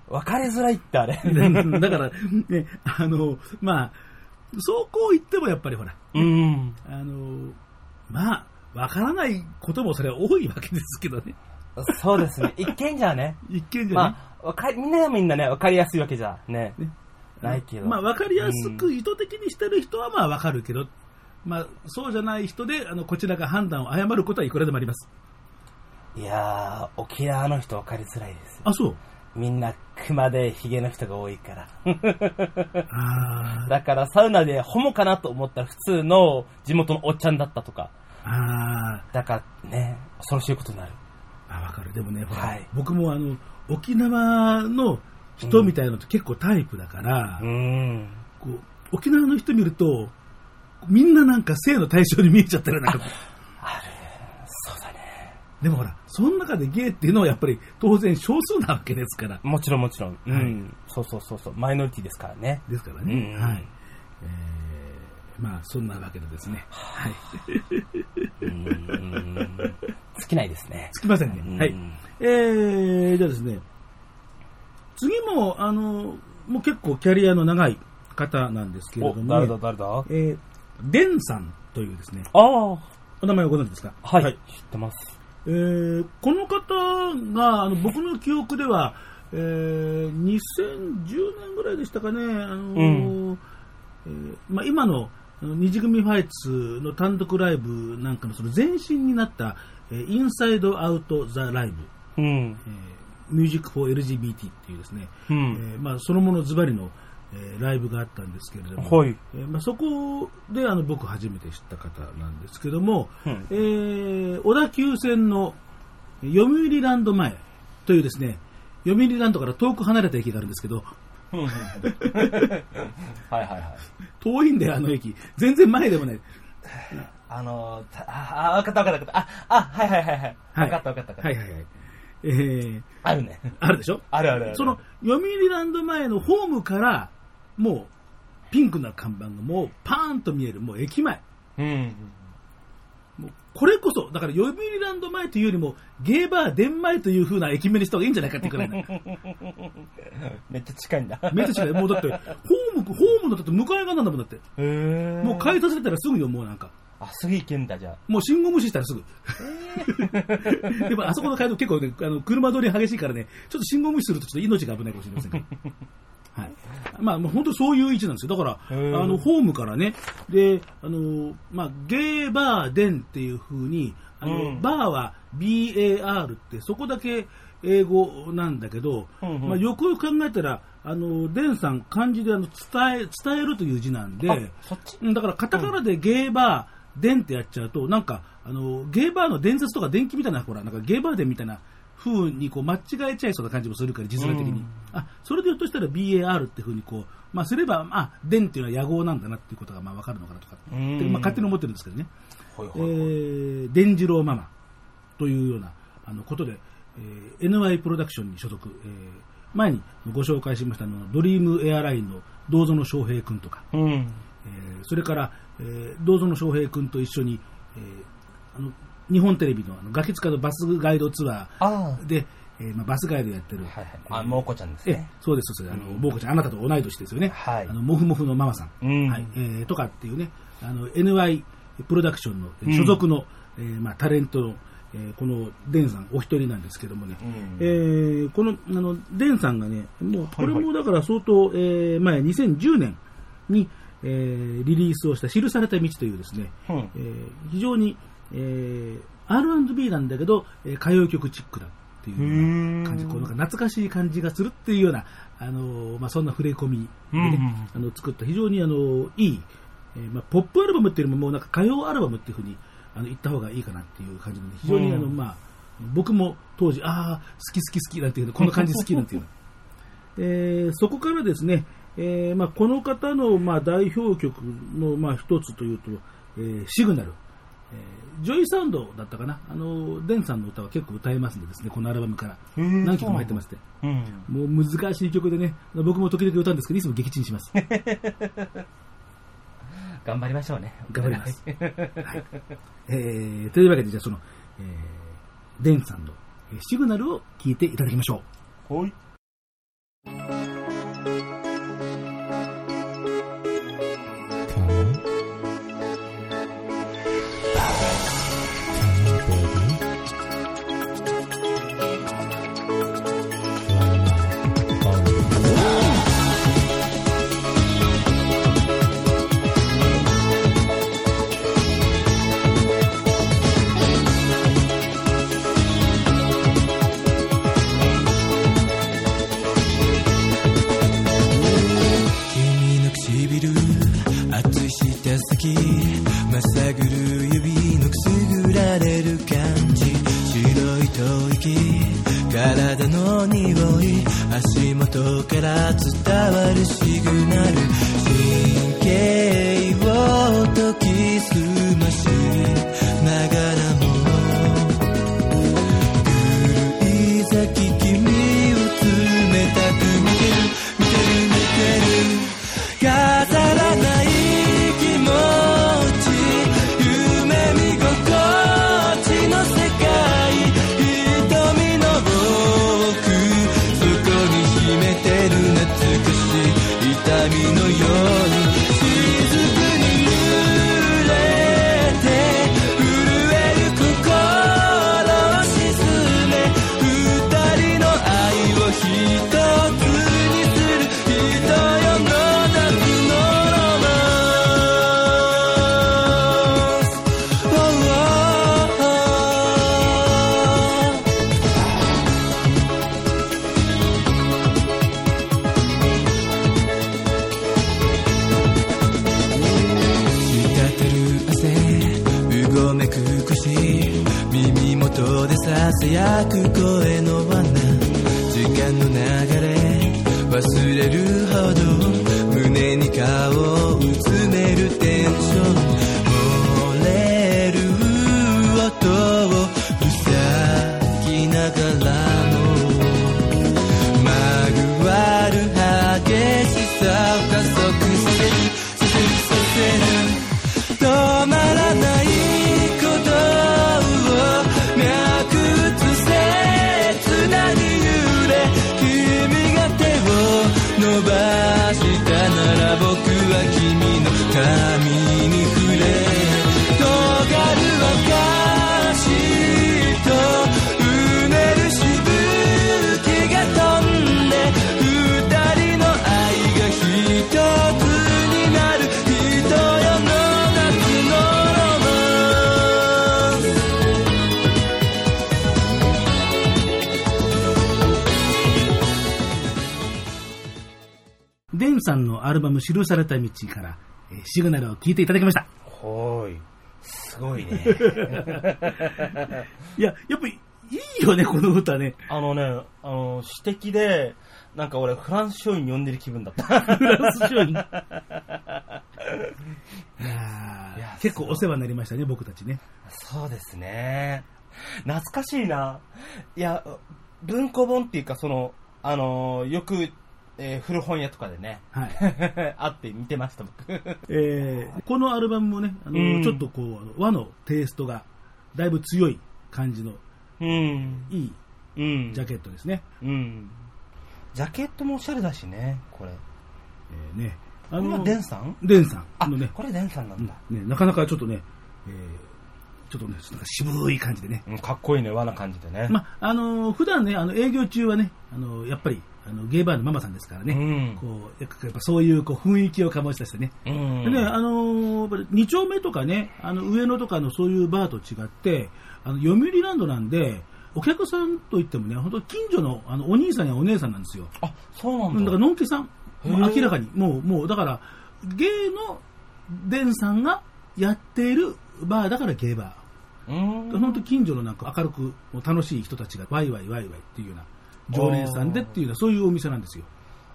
[SPEAKER 4] 分かりづらいってあれ。
[SPEAKER 3] だから、ね、あの、まあ、そうこう言ってもやっぱりほら、
[SPEAKER 4] うん。
[SPEAKER 3] あの、まあ、わからないこともそれは多いわけですけど ね。
[SPEAKER 4] そうですね。一見じゃね。
[SPEAKER 3] 一見じゃね。
[SPEAKER 4] まあ、わかりみんながみんなね、わかりやすいわけじゃね。
[SPEAKER 3] ね
[SPEAKER 4] ないけど。
[SPEAKER 3] まあ、わかりやすく意図的にしてる人はまあわかるけど、まあ、そうじゃない人で、あの、こちらが判断を誤ることはいくらでもあります。
[SPEAKER 4] いやー、沖縄の人わかりづらいです。
[SPEAKER 3] あ、 そう。
[SPEAKER 4] みんな熊でヒゲの人が多 いから。
[SPEAKER 3] あ
[SPEAKER 4] だからサウナでホモかなと思ったら普通の地元のおっちゃんだったとか。
[SPEAKER 3] あ、あ
[SPEAKER 4] だからね、恐ろしいことになる。
[SPEAKER 3] あ、わかる。でもね、ほら、
[SPEAKER 4] はい
[SPEAKER 3] 僕もあの、沖縄の人みたいなのって結構タイプだから、
[SPEAKER 4] うん。
[SPEAKER 3] こう沖縄の人見ると、みんななんか性の対象に見えちゃってるなんか。
[SPEAKER 4] そうだね。
[SPEAKER 3] でもほら、その中でゲイっていうのはやっぱり当然少数なわけですから。
[SPEAKER 4] もちろんもちろん。うん。そうそうそうそう。マイノリティですからね。
[SPEAKER 3] ですからね。
[SPEAKER 4] うん
[SPEAKER 3] はい。えー、まあそんなわけでですね。はい。
[SPEAKER 4] うん。尽きないですね。
[SPEAKER 3] つきません
[SPEAKER 4] う
[SPEAKER 3] ね。
[SPEAKER 4] ん
[SPEAKER 3] はい。えー、じゃあですね、次も、あの、もう結構キャリアの長い方なんですけれ
[SPEAKER 4] お
[SPEAKER 3] ど、も、
[SPEAKER 4] 誰だ誰だあ
[SPEAKER 3] えー、デンさんというですね、
[SPEAKER 4] あー、
[SPEAKER 3] お名前をご存知ですか
[SPEAKER 4] はい、知ってます。
[SPEAKER 3] えーこの方があの僕の記憶では、えー2010年ぐらいでしたかね、あのーえーまあ、今のあの二次組ファイツの単独ライブなんかのその前身になった、えーインサイドアウト・ザ・ライブ、
[SPEAKER 4] うん。
[SPEAKER 3] えーミュージック・フォー・ LGBT っていうですね、
[SPEAKER 4] うん。
[SPEAKER 3] えーまあ、そのものズバリの、えーライブがあったんですけれども、
[SPEAKER 4] はい。
[SPEAKER 3] えーまあ、そこであの僕初めて知った方なんですけども、
[SPEAKER 4] うん
[SPEAKER 3] えー小田急線の読売ランド前というですね読売ランドから遠く離れた駅があるんですけど
[SPEAKER 2] はいはいはい。
[SPEAKER 3] 遠いんだよあの駅全然前でもない
[SPEAKER 2] あのー、たあ、あわかったわかったわかった。あ、あ、はいはいはいはい。
[SPEAKER 3] は
[SPEAKER 2] わ
[SPEAKER 3] い
[SPEAKER 2] かったわかったわかった。
[SPEAKER 3] はいはいはい、えー
[SPEAKER 2] あるね。
[SPEAKER 3] あるでしょ
[SPEAKER 2] あるあるある
[SPEAKER 3] その読売ランド前のホームからもうピンクな看板がもうパーンと見えるもう駅前
[SPEAKER 2] うん。
[SPEAKER 3] もうこれこそ、だから読売ランド前というよりも、ゲーバー伝前という風な駅名にした方がいいんじゃないかってくらいな。
[SPEAKER 2] めっちゃ近いんだ。
[SPEAKER 3] 目と違い、もうだって、ホーム、ホームのだって向かい側なんだもんだって。
[SPEAKER 2] へー
[SPEAKER 3] もう改札出たらすぐよ、もうなんか。
[SPEAKER 2] あ、すぐ行けんだ、じゃあ。
[SPEAKER 3] もう信号無視したらすぐ。 でもあそこの街道結構ね、あの車通り激しいからね、ちょっと信号無視するとちょっと命が危ないかもしれませんけど。はい。まあ、まあ、本当そういう位置なんですよ。だから、
[SPEAKER 2] へえ
[SPEAKER 3] あの、ホームからね、で、あの、まあ、ゲーバーデンっていう風に、あの、
[SPEAKER 2] うん
[SPEAKER 3] バーは BAR ってそこだけ英語なんだけど、
[SPEAKER 2] うんうん
[SPEAKER 3] まあ、よくよく考えたら、あの、デンさん漢字であの伝え、伝えるという字なんで、
[SPEAKER 2] そっち
[SPEAKER 3] うんだからカタカナでゲーバー、デンってやっちゃうと、なんか、あの、ゲーバーの伝説とか電気みたいな、ほら、なんかゲーバーデンみたいな風にこう間違えちゃいそうな感じもするから、実面的に。あ、それでひょっとしたら BAR って風にこう、まあすれば、まあ、デンっていうのは野号なんだなっていうことがまあわかるのかなとか、って
[SPEAKER 2] うん
[SPEAKER 3] まあ勝手に思ってるんですけどね。
[SPEAKER 2] ほい
[SPEAKER 3] え
[SPEAKER 2] ほいほい。
[SPEAKER 3] ー、伝次郎ママというようなあのことで、えー NY プロダクションに所属、えー前にご紹介しましたあのドリームエアラインの銅園翔平君とか、
[SPEAKER 4] うん。
[SPEAKER 3] えーそれから、えー、銅園翔平君と一緒に、えーあの日本テレビのあの崖塚のバスガイドツア
[SPEAKER 2] あ
[SPEAKER 3] ーで、えーまあ、バスガイドやってる、
[SPEAKER 2] はいはい。あ、もうこちゃんです
[SPEAKER 3] ええ
[SPEAKER 2] ね。
[SPEAKER 3] そうです、そうです。あの、ボーコちゃん、あなたと同い年ですよね。
[SPEAKER 2] はい
[SPEAKER 3] あの、モフモフのママさん。
[SPEAKER 2] うん
[SPEAKER 3] はい。えーとかっていうね、あの、NY プロダクションのえー所属の、えーまあ、タレントの、えーこの、デンさん、お一人なんですけどもね。えーこの、あの、デンさんがね、もう、これもだから相当、えー前、2010年に、えーリリースをした、記された道というですね、
[SPEAKER 2] うん
[SPEAKER 3] えー非常に、えー R&B なんだけど、えー歌謡曲チックだっていう感じ、
[SPEAKER 4] へー
[SPEAKER 3] こうなんか懐かしい感じがするっていうような、あのーまあ、そんな触れ込みでね、あの作った非常にあのいい、えーまあ、ポップアルバムっていうよりももうなんか歌謡アルバムっていうふうにあの言った方がいいかなっていう感じなんで、非常にあの、まあ、僕も当時、ああ、好き好き好きなんていうの、この感じ好きなんて いうの。えーそこからですね、えーまあ、この方の、まあ、代表曲の、まあ、一つというと、えーシグナル、えージョイサウンドだったかな、あのデンさんの歌は結構歌えますんでです、ね、このアルバムから
[SPEAKER 4] ー
[SPEAKER 3] 何曲も入ってまして、
[SPEAKER 4] うん。
[SPEAKER 3] もう難しい曲でね、僕も時々歌うんですけど、いつも撃沈し ます。
[SPEAKER 7] 頑張りましょうね。
[SPEAKER 3] 頑張ります。えーというわけで、じゃあその、えーデンさんのえーシグナルを聴いていただきましょう。
[SPEAKER 4] はい。
[SPEAKER 5] 君の唇熱い舌先まさぐる指のくすぐられる感じ白い吐息体の匂い足元から伝わるシグナル神経を解き澄ましながらも「いざき君を冷たく見てる見てる見てる」「飾らない気持ち」「夢見心地の世界」「瞳の奥そこに秘めてる懐かしい痛みのように」「雫に揺れて震える心を沈め」「二人の愛を一つにする」「一つにする」「一つにする」「人よの夏のロマンス」「Oh, oh, oh 滴ってる汗うごめく腰耳元でささやく声の罠時間の流れ忘れるほど胸に顔をうつめるテンション漏れる音を塞ぎながらもまぐわる激しさを加速させるさせるさせるさせる止まらないことを脈打つ切なに揺れ君が手を伸ばしたなら僕は君の髪に触れ尖る証とうねるしぶきが飛んで二人の愛が一つになる二人の愛が一つになる人よの夏のロマンス
[SPEAKER 3] デンさんのアルバム、記された道から、えーシグナルを聴いていただきました。
[SPEAKER 4] はーい。すご いね。
[SPEAKER 3] いや、やっぱいいよね、この歌ね。
[SPEAKER 4] あのね、あの、詩的で、なんか俺、フランス書院読んでる気分 だった。
[SPEAKER 3] フランス商 品。いやー結構お世話になりましたね、僕たちね。
[SPEAKER 4] そうですね。懐かしいな。いや、文庫本っていうか、その、あの、よく、えー古本屋とかでね、
[SPEAKER 3] はい。
[SPEAKER 4] あって見てました、僕。
[SPEAKER 3] えーこのアルバムもね、あの
[SPEAKER 4] うん
[SPEAKER 3] ちょっとこうあの、和のテイストがだいぶ強い感じの
[SPEAKER 4] うん。
[SPEAKER 3] いい
[SPEAKER 4] うん。
[SPEAKER 3] ジャケットですね。
[SPEAKER 4] うん。ジャケットもおしゃれだしね、これ。
[SPEAKER 3] えーねあ
[SPEAKER 4] これはデン
[SPEAKER 3] さ
[SPEAKER 4] さん
[SPEAKER 3] ん。デンさ
[SPEAKER 4] あ、
[SPEAKER 3] んのね、
[SPEAKER 4] これデンさんな
[SPEAKER 3] うんん
[SPEAKER 4] だ。
[SPEAKER 3] ねなかなかちょっとね、えーちょっとね、なんか渋い感じでね。
[SPEAKER 4] うん、かっこいいね、和な感じでね。
[SPEAKER 3] まあのー普段ね、あの営業中はね、あのーやっぱりああのゲイバーのママさんですからね、
[SPEAKER 4] うん
[SPEAKER 3] こうやっぱそういうこう雰囲気を醸し出してね、
[SPEAKER 4] うん。
[SPEAKER 3] でね、あのー、2丁目とかね、あの上野とかのそういうバーと違って、あの読売ランドなんで、お客さんといってもね、本当近所のあのお兄さんやお姉さんなんですよ。
[SPEAKER 4] あ、そう
[SPEAKER 3] だ
[SPEAKER 4] なん
[SPEAKER 3] か
[SPEAKER 4] だ。
[SPEAKER 3] ら、のんけさん、
[SPEAKER 4] へー
[SPEAKER 3] もう明らかに、もう、もう、だから、ゲイのデンさんがやっているバーだからゲイバ
[SPEAKER 4] う
[SPEAKER 3] ー。
[SPEAKER 4] ん。
[SPEAKER 3] 本当近所のなんか明るく、もう楽しい人たちがワイワイワイワイっていうような、常連さんでっていうような、そういうお店なんですよ。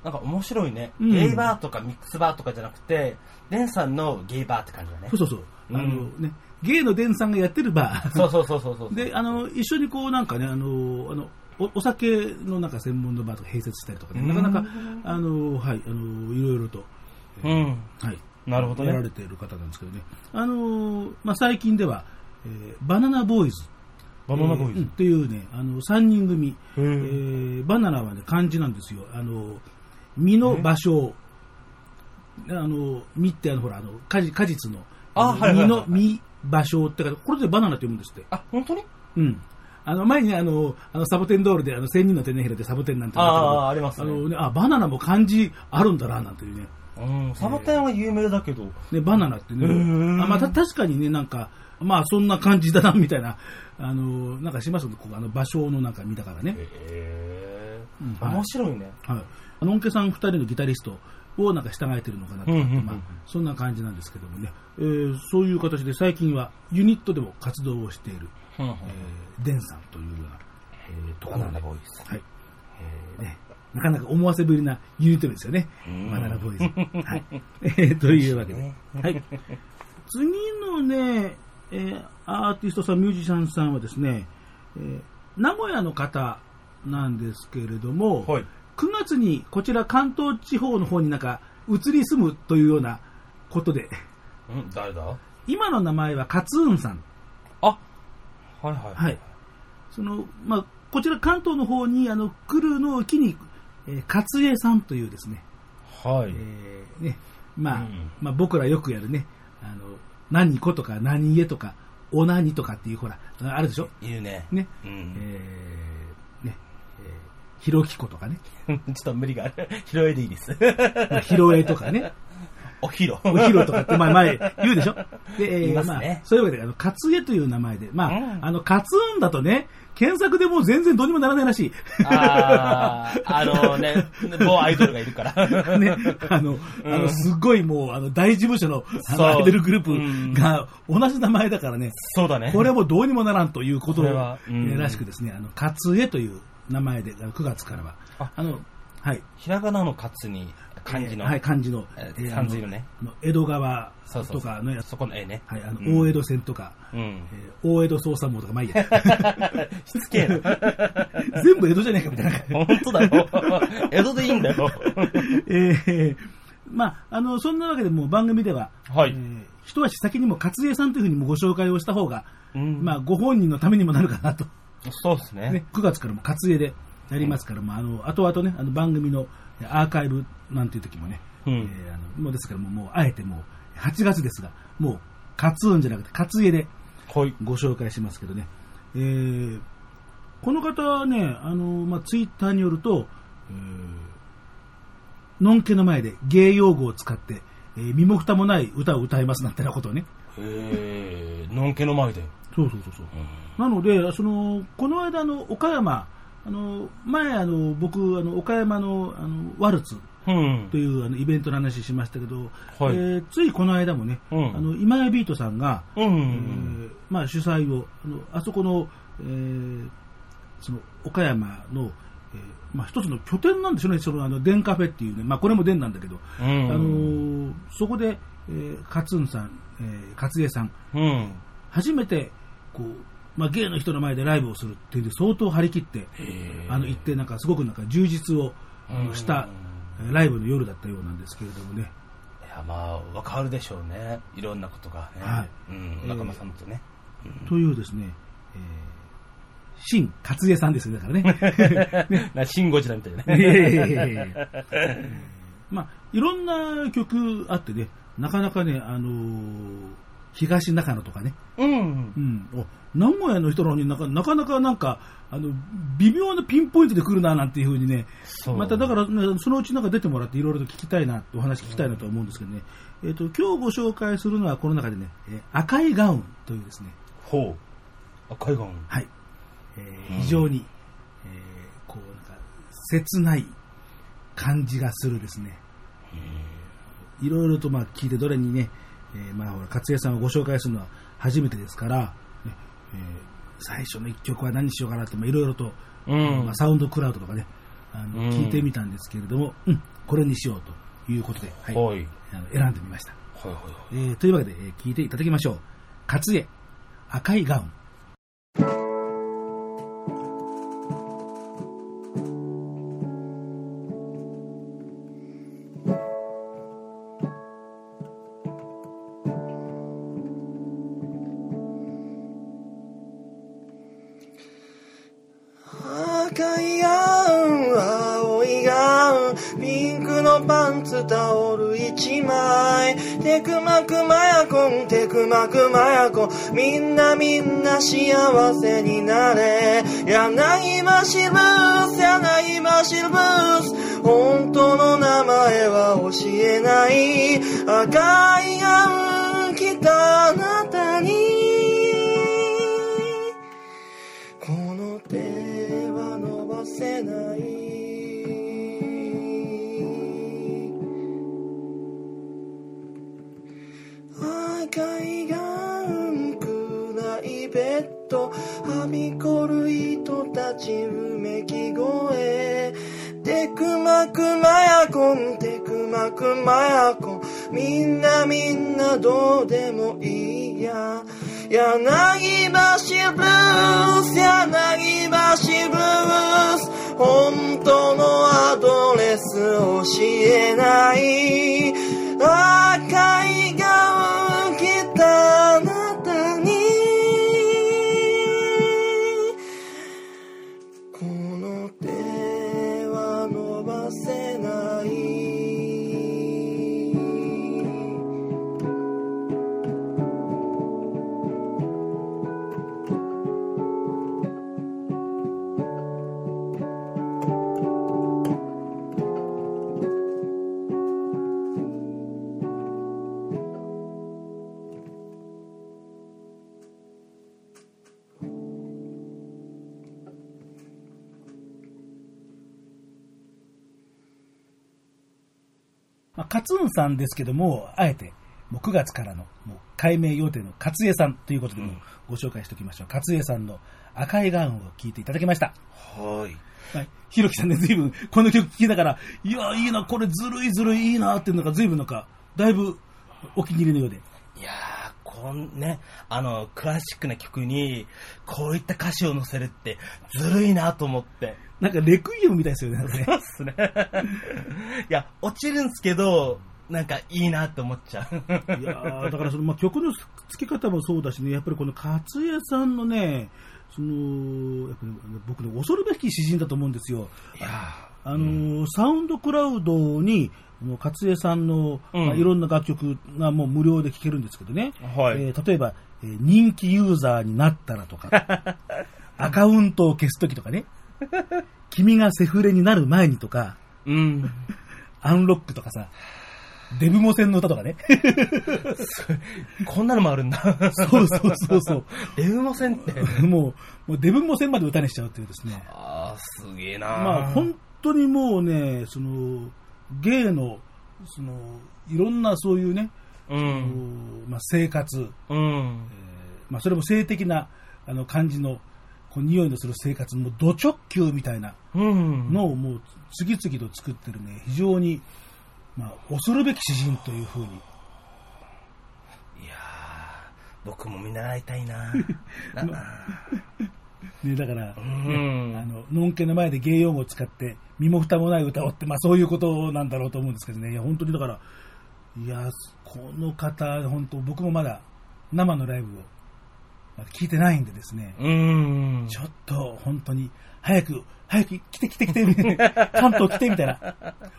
[SPEAKER 4] なんか面白いね。
[SPEAKER 3] うん
[SPEAKER 4] ゲイバーとかミックスバーとかじゃなくて、デンさんのゲイバーって感じだね
[SPEAKER 3] そう。そうそう。あのね、ゲイのデンさんがやってるバー。
[SPEAKER 4] そうそうそうそうそう。
[SPEAKER 3] で、あの、一緒にこうなんかね、あの、あの、おお酒のなんか専門のバーとか併設したりとかね、なかなか、あの、はい、あの、いろいろと、
[SPEAKER 4] うん。
[SPEAKER 3] はい、
[SPEAKER 4] なるほど
[SPEAKER 3] やら
[SPEAKER 4] ね。
[SPEAKER 3] れている方なんですけどね。あの、まあ、最近では、えーバナナボーイズ。
[SPEAKER 4] バナナボーイズ
[SPEAKER 3] うんっていうね、あの、3人組。え
[SPEAKER 4] へえ
[SPEAKER 3] ーバナナはね、漢字なんですよ。あの、実の場所あの、実ってあの、ほら、あの、果実果実の、の
[SPEAKER 4] あはいはいはいはい
[SPEAKER 3] 実の、実、場所ってか、これでバナナって読むんですって。
[SPEAKER 4] あ、本当に
[SPEAKER 3] うん。あの、前にね、あの、あのサボテンドールで、あの、千人の手のひらでサボテンなんて言うんだけど
[SPEAKER 4] ああありますね
[SPEAKER 3] あのね、あ、バナナも漢字あるんだな、なんていうね。
[SPEAKER 4] うん。サボテンは有名だけど。
[SPEAKER 3] ね、バナナってね。あまあ、た確かにね、なんか、まあ、そんな感じだな、みたいな、あの、なんかしますよここあの、場所のなんか見たからね。うんはい
[SPEAKER 4] 面白いね。
[SPEAKER 3] はい。あのんけさん二人のギタリストをなんか従えてるのかなとか、
[SPEAKER 4] うんうんうん
[SPEAKER 3] まあ、そんな感じなんですけどもね、えーそういう形で最近はユニットでも活動をしている、
[SPEAKER 4] うんうん
[SPEAKER 3] えーデンさんというような、えーところで、
[SPEAKER 4] イズ。
[SPEAKER 3] はいね、なかなか思わせぶりなユニットですよね、バナナボーイズ。はいえーというわけで、はい、次のね、えーアーティストさん、ミュージシャンさんはですね、えー名古屋の方なんですけれども、
[SPEAKER 4] はい
[SPEAKER 3] 9月にこちら関東地方の方になんか移り住むというようなことで、
[SPEAKER 4] うん、誰だは
[SPEAKER 3] 今の名前はカツーンさん。
[SPEAKER 4] いはい。
[SPEAKER 3] はい。その、まあ、こちら関東の方に、あの、来るのを機に、えー、勝江さんというですね、
[SPEAKER 4] はい
[SPEAKER 3] え。ーね、まあ、
[SPEAKER 4] うん
[SPEAKER 3] まあ僕らよくやるね、あの、何子とか何家とか、お何とかっていう、ほら、あるでしょ
[SPEAKER 4] いるね。
[SPEAKER 3] ね。
[SPEAKER 4] う
[SPEAKER 3] え
[SPEAKER 4] ん。
[SPEAKER 3] ー、ね、えー、ひろき子とかね、
[SPEAKER 4] ちょっと無理がある。 拾えでいいです。
[SPEAKER 3] まあひろえとか ね、
[SPEAKER 4] おひろ。
[SPEAKER 3] おひろとかって前、前言うでしょで、えー
[SPEAKER 4] います
[SPEAKER 3] まあ
[SPEAKER 4] ね、
[SPEAKER 3] そういうわけで、あの、勝江という名前で、まあ、
[SPEAKER 4] うん
[SPEAKER 3] あの、勝運だとね、検索でもう全然どうにもならないら しい。
[SPEAKER 4] あーあのね、某アイドルがいる から。
[SPEAKER 3] ね、あの、あの、すごいもう、あの、大事務所のあ
[SPEAKER 4] そう
[SPEAKER 3] のアイドルグループが同じ名前だからね、
[SPEAKER 4] そうだね。
[SPEAKER 3] これはもうどうにもならんということ
[SPEAKER 4] これ
[SPEAKER 3] を
[SPEAKER 4] は、うん
[SPEAKER 3] ねらしくですね、あの、勝江という名前で、あの9月からは、
[SPEAKER 4] あ
[SPEAKER 3] あの、はい、
[SPEAKER 4] ひらがなのカツに、漢字の。
[SPEAKER 3] はい、漢字の、
[SPEAKER 4] え
[SPEAKER 3] えー
[SPEAKER 4] 漢字のね。
[SPEAKER 3] あの江戸川
[SPEAKER 4] そうそう
[SPEAKER 3] とかのやつ、
[SPEAKER 4] そこの絵ね。
[SPEAKER 3] はい、あ
[SPEAKER 4] うん
[SPEAKER 3] の、大江戸線とか、
[SPEAKER 4] うん。
[SPEAKER 3] えー大江戸捜査網とか、まあいいや。
[SPEAKER 4] しつけえな。
[SPEAKER 3] 全部江戸じゃねえかみたいな。
[SPEAKER 4] 本当だよ。 江戸でいいんだよ。
[SPEAKER 3] えーまあ、あの、そんなわけでもう番組では、
[SPEAKER 4] はい
[SPEAKER 3] えー一足先にも勝江さんというふうにもご紹介をした方が、
[SPEAKER 4] うん
[SPEAKER 3] まあ、ご本人のためにもなるかなと。
[SPEAKER 4] そうですね。
[SPEAKER 3] ね、9月からも勝江でやりますから、まあ、あの、後々ね、あの番組のアーカイブなんていう時もね、
[SPEAKER 4] うん
[SPEAKER 3] えーあのもうですからもう、もう、あえてもう、8月ですが、もう、勝運じゃなくて勝江で
[SPEAKER 4] はい。
[SPEAKER 3] ご紹介しますけどね。えーこの方はね、あの、まあ、ツイッターによると、えーのんけの前で芸用語を使って、えー身も蓋もない歌を歌いますなんてなことをね。
[SPEAKER 4] えー、のんけの前で。
[SPEAKER 3] そうそうそうそう。なので、その、この間、あの、岡山、あの、前、あの、僕、あの、岡山の、あの、ワルツ
[SPEAKER 4] うん
[SPEAKER 3] と。いう、あの、イベントの話しましたけど、
[SPEAKER 4] はい
[SPEAKER 3] えーついこの間もね、
[SPEAKER 4] うん
[SPEAKER 3] あの、今井ビートさんが、
[SPEAKER 4] う
[SPEAKER 3] え
[SPEAKER 4] ん。
[SPEAKER 3] ーまあ、主催をあのあそこの,、えーその岡山の、えーまあ、一つの拠点なんでしょうねそのあのデンカフェっていうね、まあ、これもデンなんだけど、
[SPEAKER 4] う
[SPEAKER 3] あの
[SPEAKER 4] ん。
[SPEAKER 3] ーそこで、えー、勝んさん、えー、勝江さん
[SPEAKER 4] うん。
[SPEAKER 3] 初めてこう、まあ、芸の人の前でライブをするっていうんで相当張り切ってあの行ってなんかすごくなんか充実をあのしたえーライブの夜だったようなんですけれどもね。
[SPEAKER 4] いや、まあ、わかるでしょうね。いろんなことがね。
[SPEAKER 3] はい
[SPEAKER 4] うん。仲間さんとね。
[SPEAKER 3] というですね、えー、新勝江さんですよねだからね。
[SPEAKER 4] な、シンゴジラみたいないね。
[SPEAKER 3] やいやいやいやいやまあ、いろんな曲あってね、なかなかね、あのー東中野とかね、
[SPEAKER 4] うん。
[SPEAKER 3] うん、お名古屋の人なのになかなかなかなんかあの微妙なピンポイントで来るななんていうふうにね
[SPEAKER 4] そう
[SPEAKER 3] まただからねそのうちなんか出てもらっていろいろと聞きたいなお話聞きたいなとは思うんですけどね、えっと今日ご紹介するのはこの中でねえー赤いガウンというですね
[SPEAKER 4] ほう。赤いガウン。
[SPEAKER 3] はい、えー非常に、えーこうなんか切ない感じがするですね、いろいろとまあ聞いてどれにね、えーまあほら勝也さんをご紹介するのは初めてですから、ねえー最初の一曲は何しようかなとまあいろいろと、
[SPEAKER 4] うん
[SPEAKER 3] まあ、サウンドクラウドとかねあの、
[SPEAKER 4] うん
[SPEAKER 3] 聞いてみたんですけれども、うん、これにしようということで、はい
[SPEAKER 4] はい
[SPEAKER 3] あの選んでみました、
[SPEAKER 4] はいはいはい。
[SPEAKER 3] えーというわけで、えー聞いていただきましょう勝家赤いガウン
[SPEAKER 5] 赤いガウン、青いガウン、ピンクのパンツタオル一枚。テクマクマヤコン、テクマクマヤコン、みんなみんな幸せになれ。柳橋ブース、柳橋ブース、本当の名前は教えない。赤いガウン、来たあなたに。この手は伸ばせない赤いがん暗いベッドはびこる人たちうめき声テクマクマヤコンテクマクマヤコンみんなみんなどうでもいいや柳橋ブルース柳橋ブルース本当のアドレス教えない赤いガウン着たあなたにこの手は伸ばせない
[SPEAKER 3] まあ、カツンさんですけども、あえて、もう9月からの、もう、解明予定のカツエさんということで、もうご紹介しておきましょう。カツエさんの赤いガウンを聞いていただきました。
[SPEAKER 4] はい。
[SPEAKER 3] はい。ひろきさんね、ずいぶん、この曲聴きながら、いや、いいな、これずるいずるい、いいなっていうのが、ずいぶんなんか、だいぶ、お気に入りのようで。
[SPEAKER 4] いやー、こんね、あの、クラシックな曲に、こういった歌詞を載せるって、ずるいなと思って。
[SPEAKER 3] なんか、レクイエムみたいですよね、なんかね。
[SPEAKER 4] そうっすね。いや、落ちるんすけど、なんかいいなって思っちゃう。
[SPEAKER 3] いやーだからその、まあ、曲の付け方もそうだしね、やっぱりこの勝家さんのね、そのやっぱり僕の恐るべき詩人だと思うんですよ。あのーサウンドクラウドに、あの勝家さんの、
[SPEAKER 4] うん
[SPEAKER 3] まあいろんな楽曲がもう無料で聴けるんですけどね、
[SPEAKER 4] はい
[SPEAKER 3] えー例えば、えー人気ユーザーになったらとか、 アカウントを消すときとかね、君がセフレになる前にとか、
[SPEAKER 4] うん。
[SPEAKER 3] アンロックとかさ、デブモ戦の歌とかね。
[SPEAKER 4] こんなのもあるんだ。
[SPEAKER 3] そうそうそうそう。
[SPEAKER 4] デブモセンって。
[SPEAKER 3] もう、もうデブも線まで歌にしちゃうっていうですね。
[SPEAKER 4] あー、すげえな
[SPEAKER 3] まあ、本当にもうね、その、芸の、その、いろんなそういうね、
[SPEAKER 4] うん。
[SPEAKER 3] こうまあ、生活、
[SPEAKER 4] うん。
[SPEAKER 3] まあ、それも性的な、あの、感じの、こう匂いのする生活、もう、ド直球みたいな
[SPEAKER 4] うん。
[SPEAKER 3] のをもう、次々と作ってるね、非常に、まあ、恐るべき詩人というふうに。
[SPEAKER 4] いやー、僕も見習いた いなな
[SPEAKER 3] ね、だから、
[SPEAKER 4] うん
[SPEAKER 3] あの、のんけの前で芸用語を使って、身も蓋もない歌をって、まあそういうことなんだろうと思うんですけどね。いや、本当にだから、いや、この方、本当僕もまだ生のライブを、まだ聞いてないんでですね、
[SPEAKER 4] うん。
[SPEAKER 3] ちょっと本当に、早く、早く来て来て来て、みたいな、関東来てみたいな、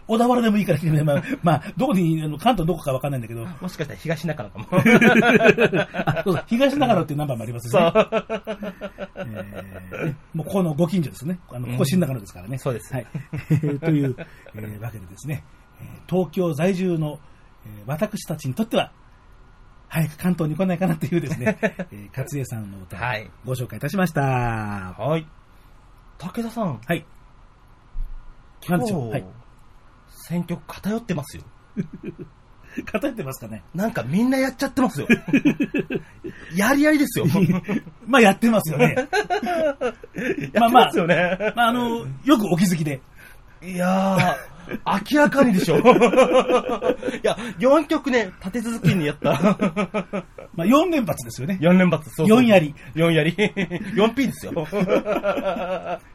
[SPEAKER 3] 小田原でもいいから来てくれ。まあ、まあ、どこに、あの関東どこかわかんないんだけど、
[SPEAKER 4] もしかしたら東中 野かも。
[SPEAKER 3] あそうだ東長野っていうナンバーもありますよね。えーもうここのご近所ですね。あのここ新長野ですからね。
[SPEAKER 4] そうです
[SPEAKER 3] はい。 という、えーわけでですね、えー東京在住の、えー私たちにとっては、早く関東に来ないかなというです ね、えー勝江さんの歌、
[SPEAKER 4] はい
[SPEAKER 3] ご紹介いたしました。は
[SPEAKER 4] はい。武田さん、
[SPEAKER 3] い。な
[SPEAKER 4] 今
[SPEAKER 3] んで
[SPEAKER 4] 日
[SPEAKER 3] しょう。はい。
[SPEAKER 4] 選曲偏ってますよ。
[SPEAKER 3] 偏ってますかね。
[SPEAKER 4] なんかみんなやっちゃっ てますよ。やり合いですよ。
[SPEAKER 3] まあ、やってますよ ね。
[SPEAKER 4] やってますよね。
[SPEAKER 3] まあ、あの、よくお気づきで。
[SPEAKER 4] いやー、明らかにで しょ。いや、4曲ね、立て続けに やった。
[SPEAKER 3] まあ、4連発ですよね。
[SPEAKER 4] 4連発、そ
[SPEAKER 3] 四やり。
[SPEAKER 4] 4やり。4P ですよ。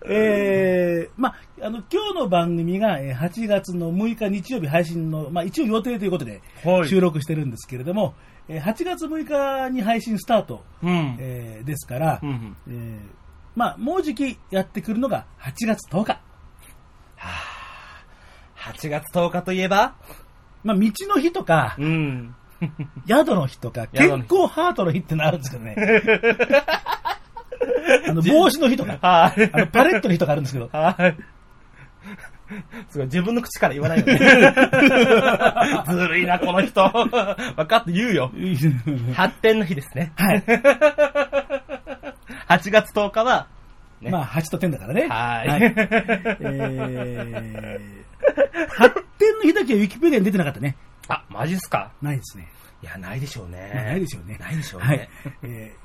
[SPEAKER 3] えーまあ、あの、今日の番組がえー8月の6日日曜日配信の、まあ、一応予定ということで
[SPEAKER 4] はい
[SPEAKER 3] 収録してるんですけれども、えー8月6日に配信スタート、
[SPEAKER 4] うん。
[SPEAKER 3] えーですから、
[SPEAKER 4] うん
[SPEAKER 3] えーまあ、もうじきやってくるのが8月10日。
[SPEAKER 4] 8月10日といえば
[SPEAKER 3] まあ、道の日とか、
[SPEAKER 4] うん。
[SPEAKER 3] 宿の日とか、
[SPEAKER 4] 宿の日
[SPEAKER 3] 健康ハートの日ってのあるんですけど ね。あの帽子の日 とか、
[SPEAKER 4] はい。
[SPEAKER 3] あのパレットの日とかあるんですけど、
[SPEAKER 4] はい。すごい、自分の口から言 わないよね。ずるいな、この人。分かって言うよ。発展の日ですね。
[SPEAKER 3] はい。
[SPEAKER 4] 8月10日は、ね
[SPEAKER 3] まあ、8と10だからね。
[SPEAKER 4] は。
[SPEAKER 3] はいいえー、発展の日だけはウィキペディアに出てなかったね。
[SPEAKER 4] あ、マジっすか
[SPEAKER 3] ないですね。
[SPEAKER 4] いや、ないでしょうね。
[SPEAKER 3] まあないでしょうね。
[SPEAKER 4] ないでしょうね。
[SPEAKER 3] はい。えー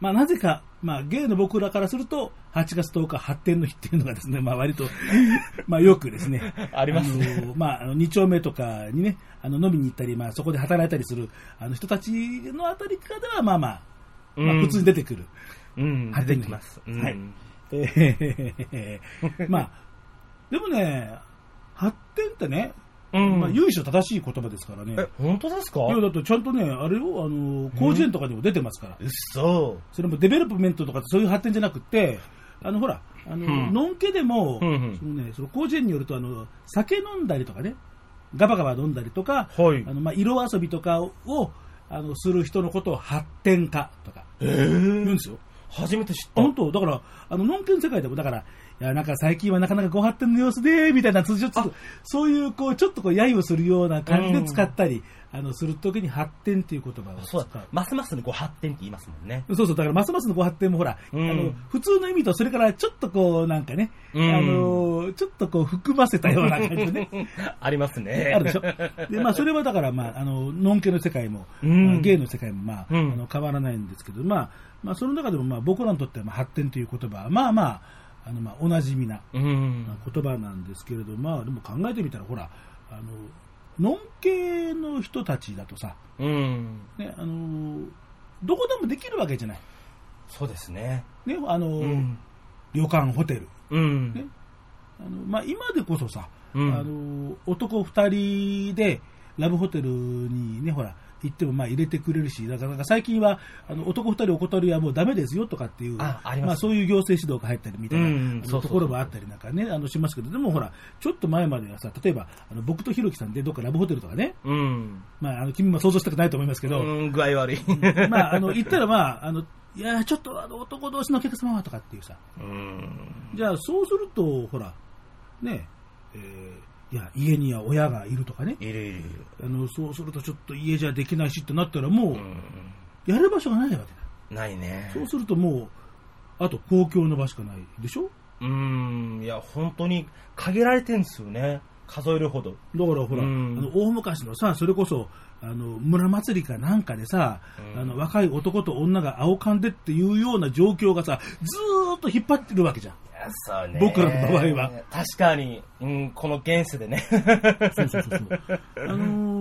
[SPEAKER 3] まあ、なぜか、まあ、ゲイの僕らからすると、8月10日発展の日っていうのがですね、まあ、割と、まあ、よくですね。
[SPEAKER 4] ありますね
[SPEAKER 3] あのまあ、あの、2丁目とかにね、あの、飲みに行ったり、まあ、そこで働いたりする、あの人たちのあたりからでは、まあまあ、まあ、
[SPEAKER 4] うん
[SPEAKER 3] 普通に出てくる。
[SPEAKER 4] うん、
[SPEAKER 3] 発
[SPEAKER 4] 出
[SPEAKER 3] 展
[SPEAKER 4] て
[SPEAKER 3] の
[SPEAKER 4] き
[SPEAKER 3] 日
[SPEAKER 4] ます。
[SPEAKER 3] は
[SPEAKER 4] う
[SPEAKER 3] い
[SPEAKER 4] ん。
[SPEAKER 3] えーまあ、でもね、発展ってね、
[SPEAKER 4] うん
[SPEAKER 3] まあ、由緒正しい言葉ですからね。い
[SPEAKER 4] え
[SPEAKER 3] や、
[SPEAKER 4] 本当ですか
[SPEAKER 3] だってちゃんとね、あれを、あの、工事園とかにも出てますから。
[SPEAKER 4] 嘘。
[SPEAKER 3] それもデベロップメントとかそういう発展じゃなくて、あの、ほら、あの、
[SPEAKER 4] うん
[SPEAKER 3] のんけでも、
[SPEAKER 4] うんうん
[SPEAKER 3] そのね、その工事園によると、あの、酒飲んだりとかね、ガバガバ飲んだりとか、
[SPEAKER 4] はい
[SPEAKER 3] あの、まあ、色遊びとかを、あの、する人のことを発展家とか、言うんですよ。
[SPEAKER 4] 初めて知っ
[SPEAKER 3] あ
[SPEAKER 4] た。
[SPEAKER 3] 本当だから、あの、のんけの世界でも、だから、いや、なんか最近はなかなかご発展の様子で、みたいな通常ちょっと、そういう、こう、ちょっとこう、揶揄するような感じで使ったり、あの、するときに発展っていう言葉を使
[SPEAKER 4] そうう。だ。ますますのこう発展って言いますもんね。
[SPEAKER 3] そうそう、だからますますのご発展もほら、
[SPEAKER 4] うん
[SPEAKER 3] あの普通の意味と、それからちょっとこう、なんかね、
[SPEAKER 4] うん
[SPEAKER 3] あのちょっとこう、含ませたような感じでね、
[SPEAKER 4] ありますね。
[SPEAKER 3] あるでしょ。で、まあ、それはだから、まあ、あの、のんけの世界も、
[SPEAKER 4] うん
[SPEAKER 3] まあ芸の世界も、まあ、
[SPEAKER 4] うん
[SPEAKER 3] あの変わらないんですけど、まあ、まあ、その中でも、まあ、僕らにとっては、まあ、発展という言葉は、まあまあ、あの、まあ、おなじみな
[SPEAKER 4] うん。
[SPEAKER 3] 言葉なんですけれど、まあ、でも考えてみたら、ほら、あの、のんけの人たちだとさ、
[SPEAKER 4] うん。
[SPEAKER 3] ね、あの、どこでもできるわけじゃない。
[SPEAKER 4] そうですね。
[SPEAKER 3] ね、あの、
[SPEAKER 4] うん。
[SPEAKER 3] 旅館、ホテル。
[SPEAKER 4] うん。
[SPEAKER 3] ねあのまあ、今でこそさ、
[SPEAKER 4] うん
[SPEAKER 3] あの男二人でラブホテルにね、ほら、行ってもまあ入れてくれるし、だからなんか最近はあの男二人お断りはもうダメですよとかっていう、
[SPEAKER 4] ああります
[SPEAKER 3] まあ、そういう行政指導が入ったりみたいな、
[SPEAKER 4] うんうん
[SPEAKER 3] あの
[SPEAKER 4] そうそう
[SPEAKER 3] ところもあったりなんかね、あのしますけど、でもほら、ちょっと前まではさ、例えばあの僕とひろきさんでどっかラブホテルとかね、
[SPEAKER 4] うん。
[SPEAKER 3] まあ、あの君も想像したくないと思いますけど、
[SPEAKER 4] うん、具合悪い。
[SPEAKER 3] まあ、あの行ったらまあ、あのいやー、ちょっとあの男同士のお客様はとかっていうさ、
[SPEAKER 4] うん。
[SPEAKER 3] じゃあそうすると、ほら、ね、えーいや、家には親がいるとかね、
[SPEAKER 4] いるいるいる。
[SPEAKER 3] あの、そうするとちょっと家じゃできないしってなったらもう
[SPEAKER 4] う、ん。
[SPEAKER 3] やる場所がないわけだ。
[SPEAKER 4] ないね。
[SPEAKER 3] そうするともう、あと公共の場しかないでしょ
[SPEAKER 4] うん。いや、本当に限られてるんですよね。数えるほど。
[SPEAKER 3] だからほら、
[SPEAKER 4] うん
[SPEAKER 3] あの大昔のさ、それこそ、あの、村祭りかなんかでさ、
[SPEAKER 4] うん
[SPEAKER 3] あの、若い男と女が青缶でっていうような状況がさ、ずーっと引っ張ってるわけじゃん。
[SPEAKER 4] いやそうね
[SPEAKER 3] 僕らの場合は。
[SPEAKER 4] 確かに、うん、この現世でね。
[SPEAKER 3] そうそう そうそう。あの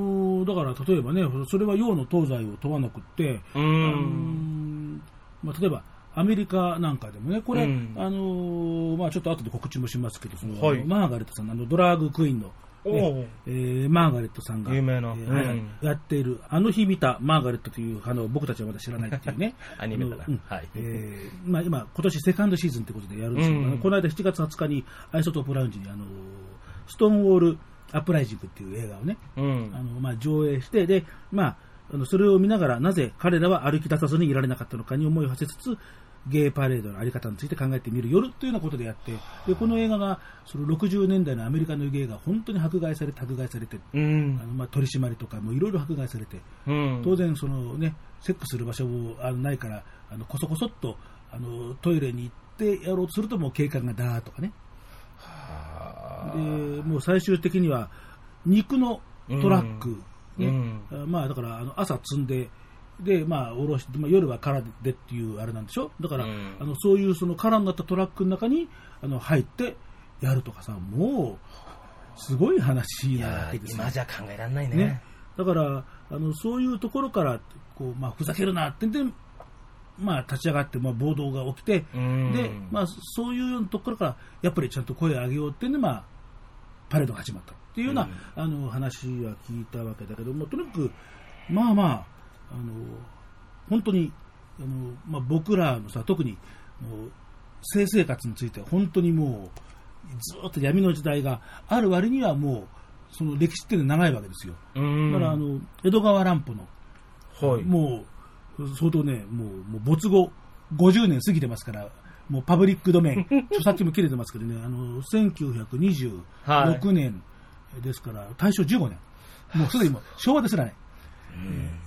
[SPEAKER 3] ーだから例えばね、それは洋の東西を問わなくって、
[SPEAKER 4] う
[SPEAKER 3] あのー。まあ、例えば、アメリカなんかでもね、これ、
[SPEAKER 4] うん
[SPEAKER 3] あのーまあ、ちょっと後で告知もしますけど、その
[SPEAKER 4] はい
[SPEAKER 3] マーガレットさんのあのドラァグクイーンの、
[SPEAKER 4] おう
[SPEAKER 3] えーマーガレットさんが
[SPEAKER 4] 有名な
[SPEAKER 3] えー
[SPEAKER 4] うん、
[SPEAKER 3] はいやっている、あの日見たマーガレットというあの僕たちはまだ知らないっていうね
[SPEAKER 4] アニメだな
[SPEAKER 3] あのうん
[SPEAKER 4] はい
[SPEAKER 3] えーまあ、今、今年セカンドシーズンということでやるんですけど、
[SPEAKER 4] うん
[SPEAKER 3] あのこの間7月20日にアイソトープラウンジにあのーストーンウォールアップライジングっていう映画をね、
[SPEAKER 4] うん。
[SPEAKER 3] あの、まあ、上映して、で、まあ、あの、それを見ながら、なぜ彼らは歩き出さずにいられなかったのかに思いを馳せつつ、ゲイパレードのあり方について考えてみる夜というようなことでやって、で、この映画が、その60年代のアメリカのゲイが本当に迫害されて、迫害されて、
[SPEAKER 4] う
[SPEAKER 3] あ
[SPEAKER 4] ん。
[SPEAKER 3] の、まあ、取り締まりとかもいろいろ迫害されて、
[SPEAKER 4] うん。
[SPEAKER 3] 当然、そのね、セックスする場所もあのないから、あの、こそこそっと、あの、トイレに行ってやろうとすると、もう警官がダーッとかね。で、もう最終的には、肉のトラック、
[SPEAKER 4] う
[SPEAKER 3] ね
[SPEAKER 4] ん。
[SPEAKER 3] あまあだからあの朝積んで、で、まあ、おろして、まあ、夜は空でっていうあれなんでしょ、だから、
[SPEAKER 4] うん
[SPEAKER 3] あのそういうその空になったトラックの中にあの入ってやるとかさ、もう、すごい話なわけですよ
[SPEAKER 4] 今じゃ考えられないね
[SPEAKER 3] ね。だからあの、そういうところからこう、まあ、ふざけるなってんで、まあ、立ち上がって、まあ、暴動が起きて、
[SPEAKER 4] うん
[SPEAKER 3] でまあ、そういうようなところから、やっぱりちゃんと声を上げようってんで、まあ、パレードが始まったっていうような、あの話は聞いたわけだけども、とにかく、まあまあ、あの本当にあの、まあ、僕らのさ、特にあの性生活については、本当にもう、ずーっと闇の時代がある割にはもう、その歴史っていうのは長いわけですよ。
[SPEAKER 4] うん。
[SPEAKER 3] だからあの、江戸川乱歩の、
[SPEAKER 4] はい。
[SPEAKER 3] もう、相当ね、もう、もう没後、50年過ぎてますから、もうパブリックドメイ ン、著作権も切れてますけどね、あの、1926年ですから、大正15年、もうすでに もう昭和ですらね、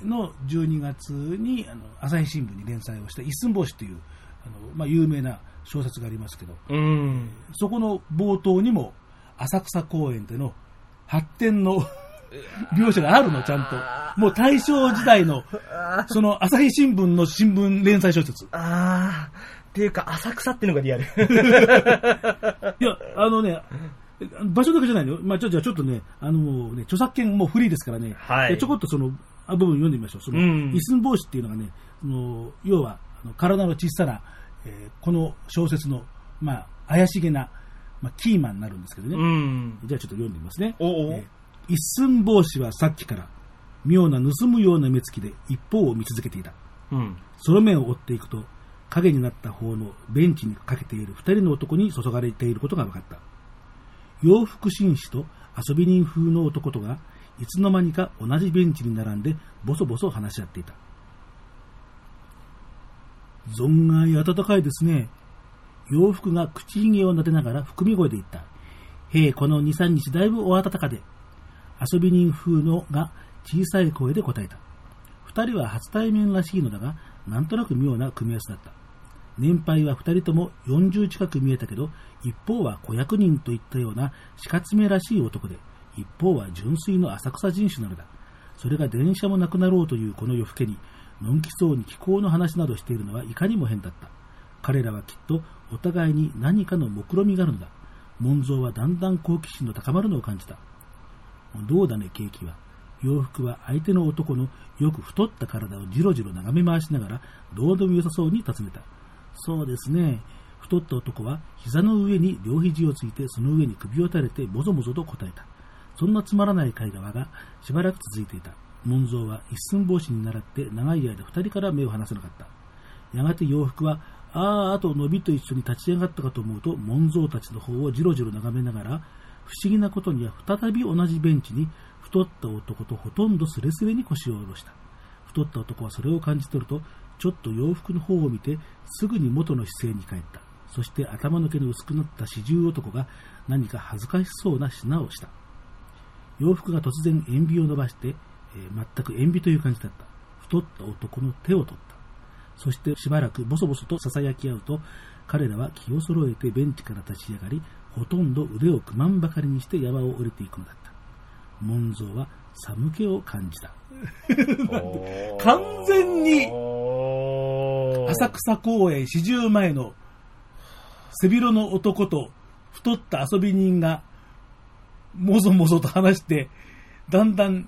[SPEAKER 3] の12月にあの朝日新聞に連載をした一寸法師という、あのまあ、有名な小説がありますけど、
[SPEAKER 4] うん。
[SPEAKER 3] そこの冒頭にも、浅草公園での発展 の描写があるの、ちゃんと。もう大正時代の、その朝日新聞の新聞連載小説。
[SPEAKER 4] あー。っていうか、浅草っていうのがリアル。
[SPEAKER 3] いや、あのね、場所だけじゃないのよ。まあ、ちょ、じゃあちょっとね、あのね、著作権もフリーですからね、
[SPEAKER 4] はい
[SPEAKER 3] でちょこっとその、あ部分読んでみましょう。その、
[SPEAKER 4] うん
[SPEAKER 3] 一寸法師っていうのがね、その要は、あの体の小さな、えーこの小説の、まあ、怪しげな、まあ、キーマンになるんですけどね。
[SPEAKER 4] うん。
[SPEAKER 3] じゃあちょっと読んでみますね。
[SPEAKER 4] おお
[SPEAKER 3] えー一寸法師はさっきから、妙な盗むような目つきで一方を見続けていた。
[SPEAKER 4] うん。
[SPEAKER 3] その目を追っていくと、影になった方のベンチにかけている二人の男に注がれていることが分かった。洋服紳士と遊び人風の男とが、いつの間にか同じベンチに並んで、ボソボソ話し合っていた。存外暖かいですね。洋服が口ひげを撫でながら含み声で言った。へえ、この二三日だいぶお暖かで。遊び人風のが小さい声で答えた。二人は初対面らしいのだが、なんとなく妙な組み合わせだった。年配は二人とも40近く見えたけど、一方は子役人といったような死活めらしい男で、一方は純粋の浅草人種なのだ。それが電車もなくなろうというこの夜更けに、のんきそうに気候の話などしているのはいかにも変だった。彼らはきっとお互いに何かの目論みがあるのだ。門蔵はだんだん好奇心の高まるのを感じた。どうだね、ケーキは。洋服は相手の男のよく太った体をじろじろ眺め回しながら、どうでも良さそうに尋ねた。そうですね。太った男は膝の上に両肘をついて、その上に首を垂れて、もぞもぞと答えた。そんなつまらない会話がしばらく続いていた。門蔵は一寸法師に習って長い間二人から目を離せなかった。やがて洋服は、ああ、あと伸びと一緒に立ち上がったかと思うと、門蔵たちの方をじろじろ眺めながら、不思議なことには再び同じベンチに、太った男とほとんどスレスレに腰を下ろした。太った男はそれを感じ取ると、ちょっと洋服の方を見て、すぐに元の姿勢に帰った。そして頭の毛の薄くなった四十男が何か恥ずかしそうな品をした。洋服が突然塩ビを伸ばして、えー全く塩ビという感じだった。太った男の手を取った。そしてしばらくボソボソと囁き合うと、彼らは気を揃えてベンチから立ち上がり、ほとんど腕をくまんばかりにして山を降りていくのだった。門蔵は寒気を感じた。完全に
[SPEAKER 4] おー
[SPEAKER 3] 浅草公園四十前の背広の男と太った遊び人がもぞもぞと話して、だんだん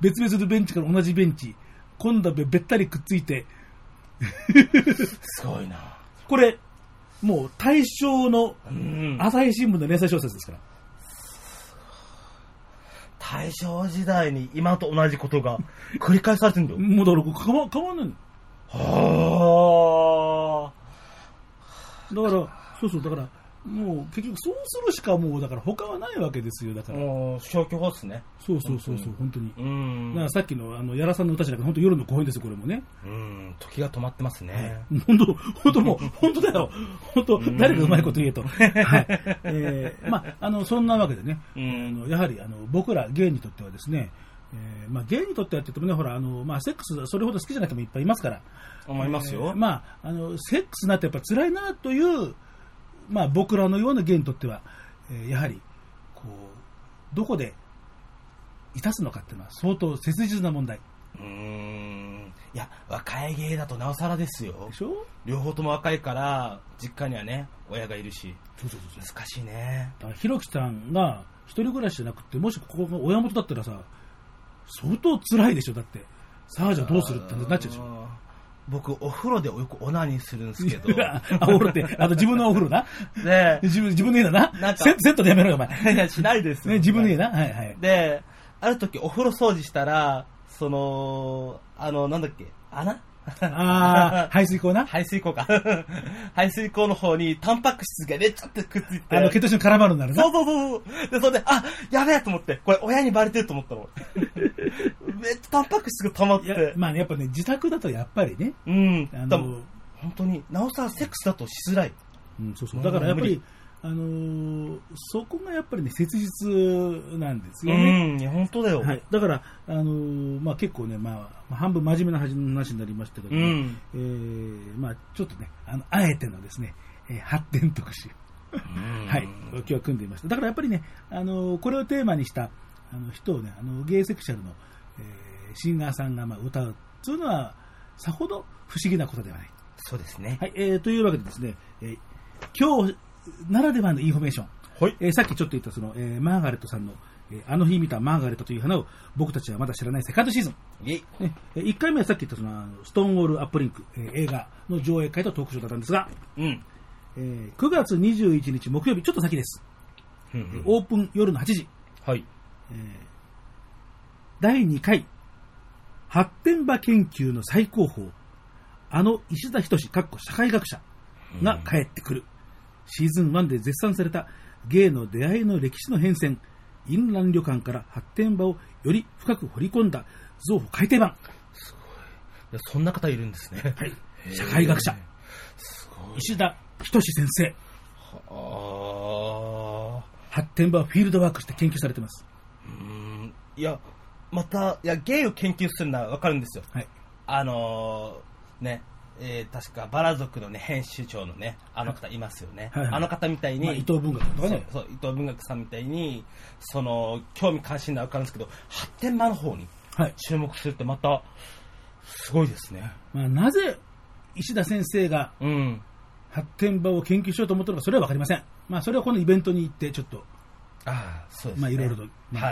[SPEAKER 3] 別々のベンチから同じベンチ、今度はべったりくっついて、
[SPEAKER 4] すごいな。
[SPEAKER 3] これ、もう大正の
[SPEAKER 4] うん。
[SPEAKER 3] 朝日新聞の連載小説ですから。
[SPEAKER 4] 大正時代に今と同じことが繰り返されてるんだよ。
[SPEAKER 3] もうだから変わ変わんない
[SPEAKER 4] は
[SPEAKER 3] の。だから、そうそう、だから、もう結局そうするしかもうだから他はないわけですよだから、
[SPEAKER 4] もう、消去法ですね。
[SPEAKER 3] そうそうそうそう本当に、
[SPEAKER 4] う
[SPEAKER 3] だか
[SPEAKER 4] ん
[SPEAKER 3] ら。さっきのあのやらさんの歌じゃなくて本当夜の公演ですよこれもね
[SPEAKER 4] うん、時が止まってますね。
[SPEAKER 3] 本当、本当も う、本当だよ。本当、誰がうまいこと言えと。はい。えー、まあ、あの、そんなわけでね、
[SPEAKER 4] ん
[SPEAKER 3] あのやはり、あの、僕ら芸にとってはですね、えーまあ、芸にとってはって言ってもね、ほら、あの、まあ、セックス、それほど好きじゃない人もいっぱいいますから、
[SPEAKER 4] 思います
[SPEAKER 3] え
[SPEAKER 4] よ
[SPEAKER 3] ー。まあ、あの、セックスなんてやっぱ辛いなという、まあ、僕らのような芸にとっては、えーやはり、こう、どこで、いたすのかっていうのは相当切実な問題
[SPEAKER 4] うん。いや、若い芸だとなおさらですよ
[SPEAKER 3] で。しょ
[SPEAKER 4] 両方とも若いから、実家にはね、親がいるし。
[SPEAKER 3] そうそうそうそう
[SPEAKER 4] 難しいね。
[SPEAKER 3] だからひろきさんが一人暮らしじゃなくて、もしここが親元だったらさ、相当辛いでしょ、だって。さあじゃあどうするってなっちゃうでしょ。
[SPEAKER 4] 僕、お風呂でよくオナニーするんですけ ど。
[SPEAKER 3] あ、お風呂って、あの、自分のお風呂な。
[SPEAKER 4] で、
[SPEAKER 3] 自分、自分の家だな。
[SPEAKER 4] なんか
[SPEAKER 3] セセットでやめろよ、お前。
[SPEAKER 4] いや、し ないです。
[SPEAKER 3] ね、自分の家な。はいはい。
[SPEAKER 4] で、ある時お風呂掃除したら、その、あの、なんだっけ、穴
[SPEAKER 3] ああ、排水口な。
[SPEAKER 4] 排水口か。 排水口の方にタンパク質がね、ちょっとくっついて。
[SPEAKER 3] あの、血糖値の絡まるんだろうな
[SPEAKER 4] そ。うそうそうそう。で、それで、あ、やべえと思って、これ親にバレてると思ったの。 俺めっちゃタンパク質が溜まっ
[SPEAKER 3] いや
[SPEAKER 4] て。
[SPEAKER 3] まあね、やっぱね、自宅だとやっぱりね。
[SPEAKER 4] うん。
[SPEAKER 3] あ
[SPEAKER 4] 多
[SPEAKER 3] の
[SPEAKER 4] 分、本当に、なおさらセックスだとしづらい。
[SPEAKER 3] うん、そうそう。だからやっぱ
[SPEAKER 4] 無
[SPEAKER 3] り
[SPEAKER 4] 理、
[SPEAKER 3] あのーそこがやっぱりね、切実なんですよね。
[SPEAKER 4] ん、いや本当だよ。
[SPEAKER 3] はい、だから、あのーまあ、結構ね、まあ、半分真面目な話になりましたけど、
[SPEAKER 4] う
[SPEAKER 3] ね
[SPEAKER 4] ん。
[SPEAKER 3] えーまあ、ちょっとねあの、あえてのですね、えー発展特集、はい、今日は組んでいました。だからやっぱりね、あのーこれをテーマにしたあの人をね、あのゲイセクシャルの、えーシンガーさんがまあ歌うというのは、さほど不思議なことではない。
[SPEAKER 4] そうですね。
[SPEAKER 3] はい、えーというわけでですね、えー今日ならではのインフォメーション、
[SPEAKER 4] はい
[SPEAKER 3] えーさっきちょっと言ったその、えーマーガレットさんの、えーあの日見たマーガレットという花を僕たちはまだ知らないセカンドシーズン、
[SPEAKER 4] イェイ
[SPEAKER 3] ねえ1回目はさっき言ったそのあのストーンウォールアップリンク、えー映画の上映会とトークショーだったんですが、
[SPEAKER 4] うん。
[SPEAKER 3] えー9月21日木曜日、ちょっと先です、えーオープン夜の8時、
[SPEAKER 4] はい。
[SPEAKER 3] えー第2回発展場研究の最高峰あの石田仁かっこ社会学者が帰ってくる、シーズン1で絶賛された芸の出会いの歴史の変遷淫乱旅館から発展場をより深く掘り込んだ造法改訂版
[SPEAKER 4] いやそんな方いるんですね。はい。
[SPEAKER 3] 社会学者石田仁先生
[SPEAKER 4] あ
[SPEAKER 3] 発展場をフィールドワークして研究されてます、
[SPEAKER 4] ーうーん。いや、また、いや、芸を研究するのはわかるんですよ。
[SPEAKER 3] はい、
[SPEAKER 4] あのーね、えー確かバラ族のね、編集長のね、あの方いますよね。
[SPEAKER 3] はいはい
[SPEAKER 4] あの方みたいに、
[SPEAKER 3] まあ伊藤文学とかね
[SPEAKER 4] そうそう伊藤文学さんみたいに、その、興味関心がわかるんですけど、発展場の方に
[SPEAKER 3] はい
[SPEAKER 4] 注目するってまた、すごいですね。
[SPEAKER 3] まあ、なぜ石田先生が
[SPEAKER 4] うん。
[SPEAKER 3] 発展場を研究しようと思ったのか、それは分かりません。まあ、それはこのイベントに行って、ちょっと、
[SPEAKER 4] ああ、そうですね。
[SPEAKER 3] まあ、いろいろと。
[SPEAKER 4] は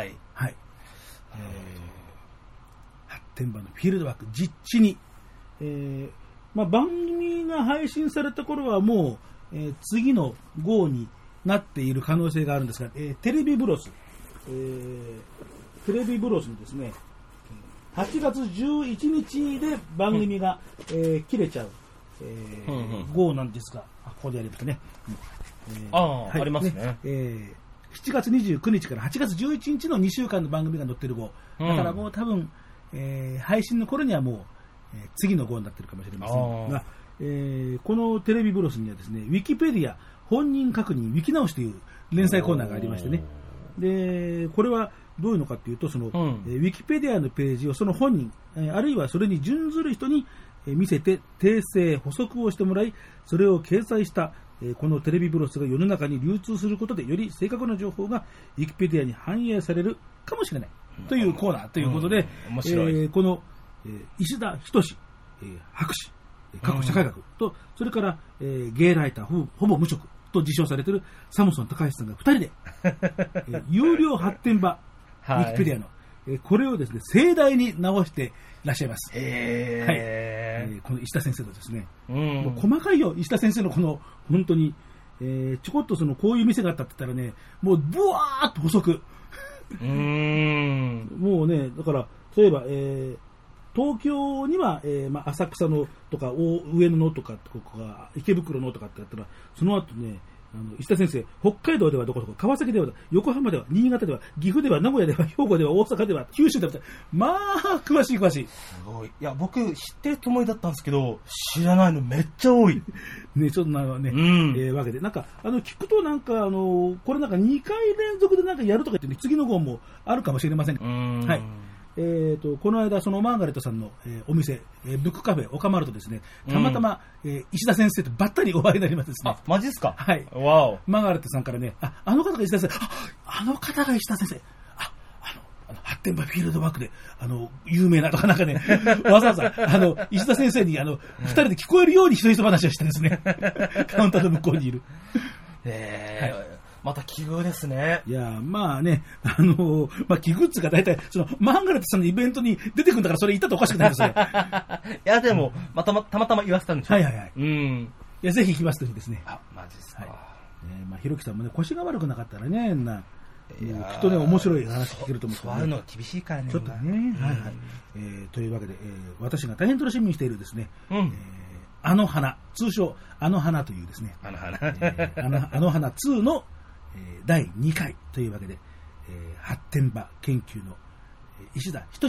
[SPEAKER 4] い。
[SPEAKER 3] はい。えー発展場のフィールドワーク、実地に。えーまあ、番組が配信された頃はもう、えー次の号になっている可能性があるんですが、えーテレビブロス、えーテレビブロスにですね、8月11日で番組が、えー切れちゃう、えー
[SPEAKER 4] うんうん
[SPEAKER 3] 号なんですが、あここでやればね。
[SPEAKER 4] ああ、
[SPEAKER 3] はい
[SPEAKER 4] ありますね。
[SPEAKER 3] えー7月29日から8月11日の2週間の番組が載ってる号、
[SPEAKER 4] うん
[SPEAKER 3] だからもう多分、えー配信の頃にはもう、えー次の号になってるかもしれませんが、えーこのテレビブロスにはですね、ウィキペディア本人確認ウィキ直しという連載コーナーがありましてね、でこれはどういうのかというとその、
[SPEAKER 4] ん
[SPEAKER 3] えーウィキペディアのページをその本人、えーあるいはそれに準ずる人にえー見せて訂正、補足をしてもらいそれを掲載したえーこのテレビブロスが世の中に流通することでより正確な情報がウィキペディアに反映されるかもしれないというコーナーということで、
[SPEAKER 4] うん面白い
[SPEAKER 3] えーこの、えー石田仁、えー博士、えー過去社会学と、それから、えーゲイライターほぼほぼ無職と自称されているサムソン高橋さんが2人 で、えー有料発展場、ウ
[SPEAKER 4] はい
[SPEAKER 3] ィキペディアの、えーこれをですね盛大に直していらっしゃいます。
[SPEAKER 4] へ
[SPEAKER 3] えーこの石田先生とですね、
[SPEAKER 4] え。うん。
[SPEAKER 3] もう細かいよ、石田先生のこの、本当に、えーちょこっとそのこういう店があったって言ったらね、もう、ぶわーっと補足。
[SPEAKER 4] うーん。
[SPEAKER 3] もうね、だから、例えば、えー東京には、えーまあ、浅草のとか、お上野のとか、ここが池袋のとかってやったら、その後ね、あの石田先生、北海道ではどこどこ、川崎では、横浜では、新潟では、岐阜では、名古屋では、兵庫では、大阪では、九州では、まあ、詳しい詳しい。
[SPEAKER 4] すごい。いや、僕、知ってるつもりだったんですけど、知らないのめっちゃ多い。
[SPEAKER 3] ね、ちょっとなんかね、
[SPEAKER 4] ん
[SPEAKER 3] えーわけで、なんか、あの、聞くとなんか、あの、これなんか2回連続でなんかやるとか言ってね、次の号もあるかもしれませんが
[SPEAKER 4] ん
[SPEAKER 3] はい。えー、とこの間、そのマーガレットさんの、えーお店、えーブックカフェ、オカマルとですね、たまたま、えー石田先生とばったりお会いになりましてですね
[SPEAKER 4] あ、、マジですか
[SPEAKER 3] はい
[SPEAKER 4] わお。
[SPEAKER 3] マーガレットさんからね、あ、あの方が石田先生、あ、あの方が石田先生、あ、あの、あの発展場フィールドワークで、あの、有名なとかなんかね、わざわざ、あの、石田先生に、あの、二人で聞こえるように一人一人話をしてですね、 カウンターの向こうにいる。
[SPEAKER 4] えーまた奇遇です ね。
[SPEAKER 3] いやーまあね、あのーまあ、キグッズが大体、その、マーガレットさんのイベントに出てくるんだから、それ言ったっておかしくないですよ。はい
[SPEAKER 4] や、でも、またま、たまたま言わせたんでしょ
[SPEAKER 3] いはいはい。
[SPEAKER 4] うん。
[SPEAKER 3] いや、ぜひ行きますというですね。
[SPEAKER 4] あ、マジですか。
[SPEAKER 3] ねまあ、ひろきさんもね、腰が悪くなかったらね、な、
[SPEAKER 4] いや
[SPEAKER 3] もう
[SPEAKER 4] ー
[SPEAKER 3] きっとね、面白い話聞けると思うんですけ
[SPEAKER 4] 座
[SPEAKER 3] ど
[SPEAKER 4] る
[SPEAKER 3] ね
[SPEAKER 4] のが厳しいからね。
[SPEAKER 3] ちょっと
[SPEAKER 4] 今
[SPEAKER 3] ね、はいはい。えーというわけで、えー私が大変楽しみにしているですね、
[SPEAKER 4] うん
[SPEAKER 3] えーあの花、通称、あの花というですね、
[SPEAKER 4] あの花。
[SPEAKER 3] えーあのあの花2の、えー第2回というわけで、えー発展場研究のえー石田仁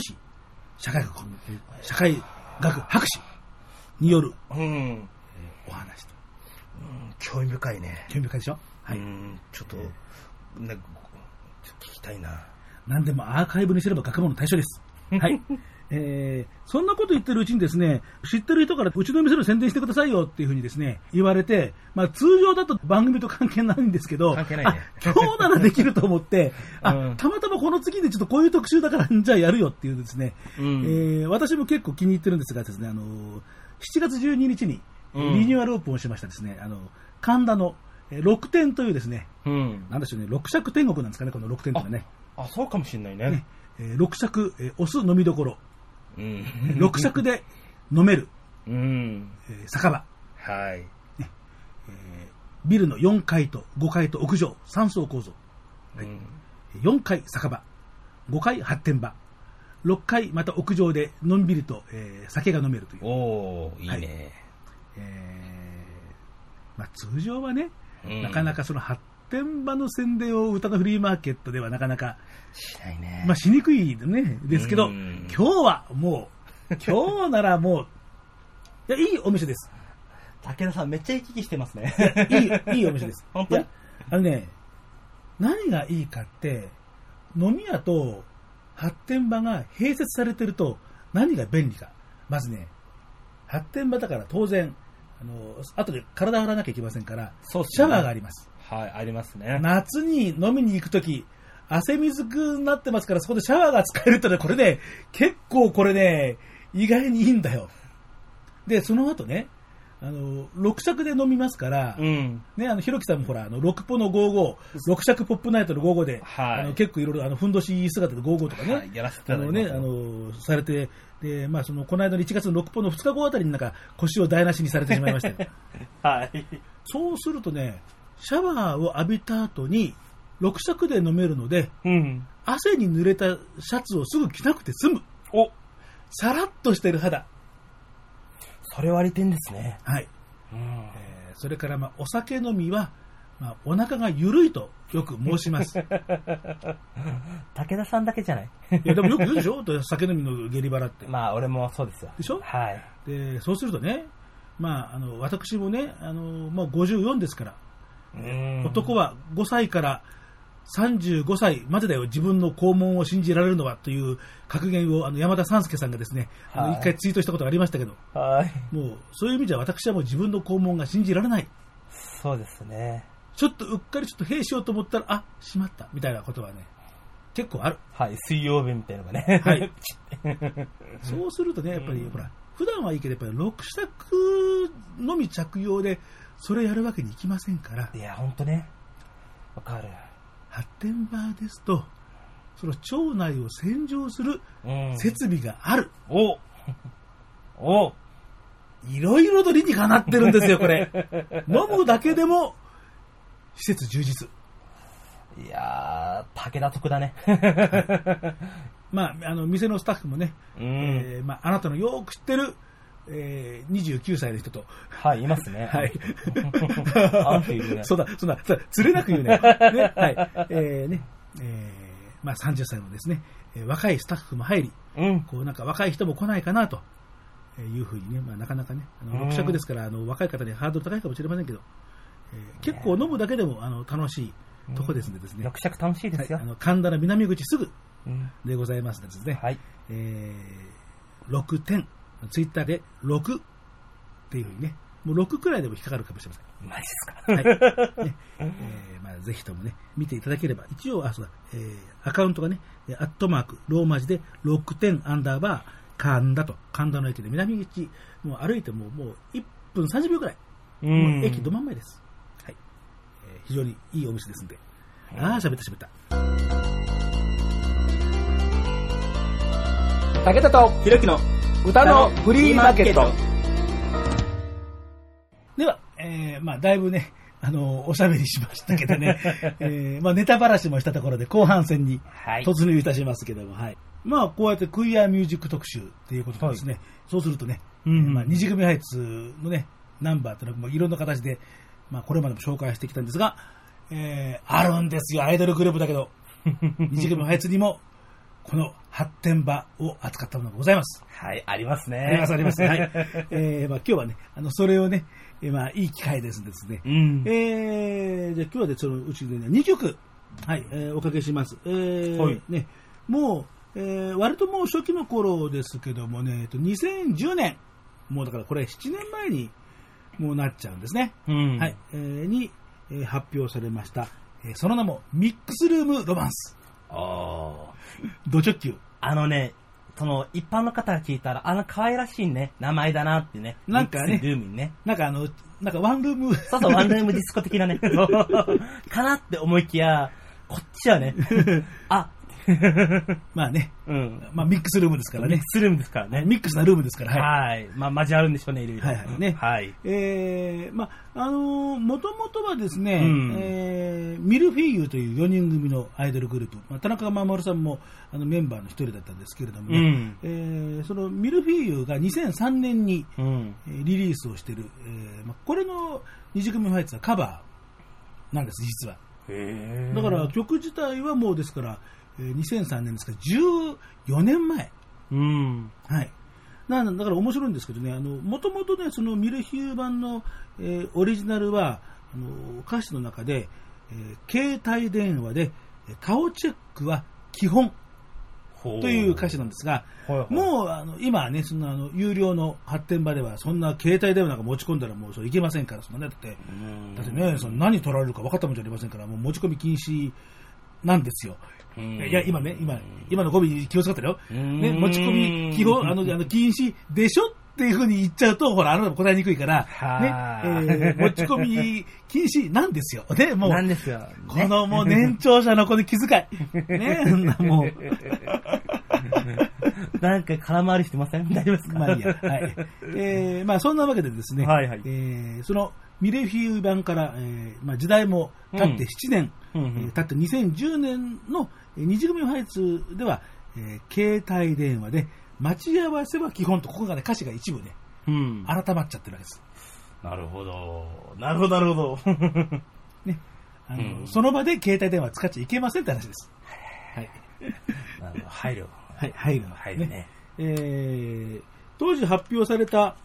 [SPEAKER 3] 社会学コミュニ社会学博士による
[SPEAKER 4] うん。
[SPEAKER 3] お話と。
[SPEAKER 4] 興味深いね。
[SPEAKER 3] 興味深いでしょはい。
[SPEAKER 4] うん。ちょっと、なんか、ちょっと聞きたいな。
[SPEAKER 3] 何でもアーカイブにすれば学問の対象 です。はい。えー、そんなこと言ってるうちにですね、知ってる人からうちの店の宣伝してくださいよっていうふうにですね、言われて、まあ通常だと番組と関係ないんですけど、
[SPEAKER 4] 関係ないね
[SPEAKER 3] あ今日ならできると思 って、あ、
[SPEAKER 4] うん
[SPEAKER 3] たまたまこの次でちょっとこういう特集だから、じゃあやるよっていうですね、
[SPEAKER 4] うん
[SPEAKER 3] えー私も結構気に入ってるんですがですね、あのー7月12日に
[SPEAKER 4] うん
[SPEAKER 3] リニューアルオープンをしましたですね、あの、神田のえー六点というですね、
[SPEAKER 4] うん。
[SPEAKER 3] なんでしょうね、六尺天国なんですかね、この六点というのはね。
[SPEAKER 4] あ、そうかもしんないね
[SPEAKER 3] ね。えー六尺、えーお酢飲みどころ、
[SPEAKER 4] うん。
[SPEAKER 3] 六尺で飲める、
[SPEAKER 4] うん。
[SPEAKER 3] えー酒場、
[SPEAKER 4] はい。
[SPEAKER 3] ビルの4階と5階と屋上、3層構造、
[SPEAKER 4] うん。
[SPEAKER 3] 4階酒場、5階発展場、6階また屋上でのんびりと、えー酒が飲めるという、
[SPEAKER 4] おー、いいね。
[SPEAKER 3] えーまあ、通常はね、
[SPEAKER 4] うん
[SPEAKER 3] なかなかその発展場の宣伝を歌のフリーマーケットではなかなか、
[SPEAKER 4] しないね。
[SPEAKER 3] まあ、しにくいね、ですけど、
[SPEAKER 4] うん
[SPEAKER 3] 今日はもう、今日ならも う、いや、いいお店です。
[SPEAKER 4] 武田さんめっちゃ行き来してますね。
[SPEAKER 3] いい、いいお店です。
[SPEAKER 4] 本当
[SPEAKER 3] い
[SPEAKER 4] に
[SPEAKER 3] やあのね、何がいいかって、飲み屋と発展場が併設されてると何が便利か。まずね、発展場だから当然、あの、後で体洗わなきゃいけませんから、
[SPEAKER 4] そうっす
[SPEAKER 3] シ
[SPEAKER 4] ね
[SPEAKER 3] ャワーがあります。
[SPEAKER 4] はい、ありますね。
[SPEAKER 3] 夏に飲みに行くとき、汗水くなってますから、そこでシャワーが使えるってのは、これね、結構これね、意外にいいんだよ。で、その後ね、あの、6尺で飲みますから、
[SPEAKER 4] うん。
[SPEAKER 3] ね、あの、ひろきさんもほら、あの、6ポの55、6尺ポップナイトの55で、
[SPEAKER 4] はい
[SPEAKER 3] あの結構いろいろ、あの、ふんどし姿で55とかね、
[SPEAKER 4] はいやらせてい
[SPEAKER 3] あ
[SPEAKER 4] ただい
[SPEAKER 3] の
[SPEAKER 4] てま
[SPEAKER 3] ね、
[SPEAKER 4] す
[SPEAKER 3] あの、されて、で、まあ、その、この間の1月の6ポの2日後あたりになんか、腰を台無しにされてしまいましたよ。
[SPEAKER 4] はい。
[SPEAKER 3] そうするとね、シャワーを浴びた後に、6尺で飲めるので、
[SPEAKER 4] うん。
[SPEAKER 3] 汗に濡れたシャツをすぐ着なくて済む。
[SPEAKER 4] お、
[SPEAKER 3] さらっとしてる肌。
[SPEAKER 4] それは利点ですね。
[SPEAKER 3] はい。
[SPEAKER 4] うん。
[SPEAKER 3] えーそれから、まあ、お酒飲みは、まあ、お腹がゆるいとよく申し ます。い
[SPEAKER 4] 武田さんだけじゃない
[SPEAKER 3] や、でもよく言うでしょ 酒飲みの下痢腹って。
[SPEAKER 4] まあ、俺もそうですよ。
[SPEAKER 3] でしょ
[SPEAKER 4] はい。
[SPEAKER 3] で、そうするとね、まあ、あの、私もね、あの、もう54ですから、
[SPEAKER 4] うん
[SPEAKER 3] 男は5歳から35歳までだよ、自分の肛門を信じられるのはという格言をあの山田三助さんがですね、あの
[SPEAKER 4] はい
[SPEAKER 3] 一回ツイートしたことがありましたけど、
[SPEAKER 4] はい。
[SPEAKER 3] もうそういう意味じゃ私はもう自分の肛門が信じられない。
[SPEAKER 4] そうですね。
[SPEAKER 3] ちょっとうっかりちょっと兵しようと思ったら、あ、しまった、みたいなことはね、結構ある。
[SPEAKER 4] はい。水曜日みたいなのがね。
[SPEAKER 3] はいそうするとね、やっぱり、ほら、普段はいいけど、やっぱり6尺のみ着用で、それやるわけにいきませんから
[SPEAKER 4] い、や、ほんとね。わかる。
[SPEAKER 3] 発展場ですと、その町内を洗浄する
[SPEAKER 4] うん
[SPEAKER 3] 設備がある。
[SPEAKER 4] お お
[SPEAKER 3] いろいろと理にかなってるんですよ、こ れ。飲むだけでも、施設充実。
[SPEAKER 4] いやー、武田得だ ね。
[SPEAKER 3] まあ、あの、店のスタッフもね、
[SPEAKER 4] うん
[SPEAKER 3] えーまあ、あなたのよく知ってるえー、29歳の人と、
[SPEAKER 4] はい、いますね。
[SPEAKER 3] はい。
[SPEAKER 4] あの人いるね
[SPEAKER 3] そうだ、そうだ、そうだ、釣れなく 言うね。ねはい。えー、ね、えー、まあ30歳のですね、えー若いスタッフも入り、
[SPEAKER 4] うん。
[SPEAKER 3] こうなんか若い人も来ないかなと。えーいうふうにね、まあ、なかなかね、あ
[SPEAKER 4] うん
[SPEAKER 3] の、6尺ですから、あの、若い方にハードル高いかもしれませんけど、えー結構飲むだけでも、あの、楽しいとこですんでですね、
[SPEAKER 4] 六尺楽しいですよ
[SPEAKER 3] あ。の、神田の南口すぐ
[SPEAKER 4] うん
[SPEAKER 3] でございますのでですね、
[SPEAKER 4] はい。
[SPEAKER 3] えー、6点、ツイッターで6っていうふうにね、もう6くらいでも引っかかるかもしれません。
[SPEAKER 4] マジですか。
[SPEAKER 3] はい。 ね、えーまあ、ぜひともね、見ていただければ、一応、あ、そうだ、えーアカウントがね、えーアットマーク、ローマ字で6点アンダーバー、神田と、神田の駅で南口、もう歩いてもう、もう1分30秒くらい、もう駅ど真ん前です。はい。えー非常にいいお店ですんで。ああ、喋ってしまった。
[SPEAKER 1] 武田と
[SPEAKER 5] ひろきの
[SPEAKER 1] 歌のフリーマーケット。
[SPEAKER 3] では、えーまあ、だいぶね、あのおしゃべりしましたけど ね、えーまあ、ネタばらしもしたところで後半戦に
[SPEAKER 4] はい
[SPEAKER 3] 突入いたしますけども、はい。まあ、こうやってクイアミュージック特集っていうことでですね、そうするとね、
[SPEAKER 4] ん
[SPEAKER 3] まあ、二次組ハイツのね、ナンバーっていうのはもういろんな形で、まあ、これまでも紹介してきたんですが、えーあるんですよ、アイドルグループだけ ど、二次組ハイツにも、この発展場を扱ったものがございます。
[SPEAKER 4] はい、ありますね。
[SPEAKER 3] あります、あります。はい。 えー、まあ今日はね、あの、それをね、えーまあいい機会ですんでですね。
[SPEAKER 4] うん。
[SPEAKER 3] えー、じゃあ今日はね、そのうちでね、2曲、はい、えーおかけします。えー、
[SPEAKER 4] はい
[SPEAKER 3] ね、もう、えー、割ともう初期の頃ですけどもね、えっと、2010年、もうだからこれ7年前に、もうなっちゃうんですね。
[SPEAKER 4] うん。
[SPEAKER 3] はい、えー、に、えー発表されました。えーその名も、ミックスルームロマンス。
[SPEAKER 4] あ
[SPEAKER 3] ド直球。
[SPEAKER 4] のね、その、一般の方が聞いたら、あの、可愛らしいね、名前だなってね。
[SPEAKER 3] なんかね
[SPEAKER 4] ミックスルームにね。
[SPEAKER 3] なんかあの、なんかワンルー ム、
[SPEAKER 4] そうそう、ワンルームディスコ 的なね。かなって思いきや、こっち はね、あ、
[SPEAKER 3] まあね、
[SPEAKER 4] うん。
[SPEAKER 3] まあミックスルームですから
[SPEAKER 4] ミッ
[SPEAKER 3] ね
[SPEAKER 4] ク。スルームですからね。
[SPEAKER 3] ミックスなルームですから、はい。
[SPEAKER 4] はい。まあ、交わるんでしょうね、いろいろ。
[SPEAKER 3] はいはいね
[SPEAKER 4] はい。
[SPEAKER 3] えー、まあ、あのー、もともとはですね、
[SPEAKER 4] うん
[SPEAKER 3] えー、ミルフィーユという4人組のアイドルグループ、まあ、田中守さんもあのメンバーの一人だったんですけれどもね、
[SPEAKER 4] うん
[SPEAKER 3] えーそのミルフィーユが2003年に、
[SPEAKER 4] うん。
[SPEAKER 3] えーリリースをしている、えーまあ、これの二次組ファイツはカバーなんです、実は。
[SPEAKER 4] へ
[SPEAKER 3] だから曲自体はもうですから、えー2003年ですから、14年前。
[SPEAKER 4] うん。
[SPEAKER 3] はい。なんだだから面白いんですけどね、あの、もともとね、そのミルヒュー版の、えーオリジナルは、あの、歌詞の中で、えー携帯電話で、えー顔チェックは基本
[SPEAKER 4] ほ
[SPEAKER 3] という歌詞なんですが、
[SPEAKER 4] はいはい
[SPEAKER 3] もう、あの、今はね、そんな、あの、有料の発展場では、そんな携帯電話なんか持ち込んだらもう、そういけませんから、そんなね、だって、だってね、その何取られるか分かったもんじゃありませんから、もう持ち込み禁止なんですよ。いや、今ね、今、今の語尾気を使ってるよ。
[SPEAKER 4] ん
[SPEAKER 3] ね、持ち込み、基本、あの、あの禁止でしょっていうふうに言っちゃうと、ほら、あなたも答えにくいから、
[SPEAKER 4] はー
[SPEAKER 3] ね、えー持ち込み禁止なんですよ。ね、もう、
[SPEAKER 4] なんですよ。
[SPEAKER 3] このもう年長者の子に気遣い。ね、そんなも う。
[SPEAKER 4] なんか空回りしてません大丈夫ですか
[SPEAKER 3] まあいいや。は い。えー、まあそんなわけでですね、
[SPEAKER 4] はいはい
[SPEAKER 3] えーそのミレフィーユ版から、えーまあ、時代も経って7年、
[SPEAKER 4] うんうんうん
[SPEAKER 3] えー経って2010年のえー二次組ハイツでは、えー携帯電話で待ち合わせは基本と、ここがね、歌詞が一部ね、
[SPEAKER 4] うん。
[SPEAKER 3] 改まっちゃってるわけです。
[SPEAKER 4] なるほど。なるほど、なるほど。
[SPEAKER 3] ね。あの、
[SPEAKER 4] うん
[SPEAKER 3] その場で携帯電話使っちゃいけませんって話です。はい。
[SPEAKER 4] なるほど配慮。
[SPEAKER 3] はい、入るの。
[SPEAKER 4] 配慮ね。
[SPEAKER 3] えー当時発表された、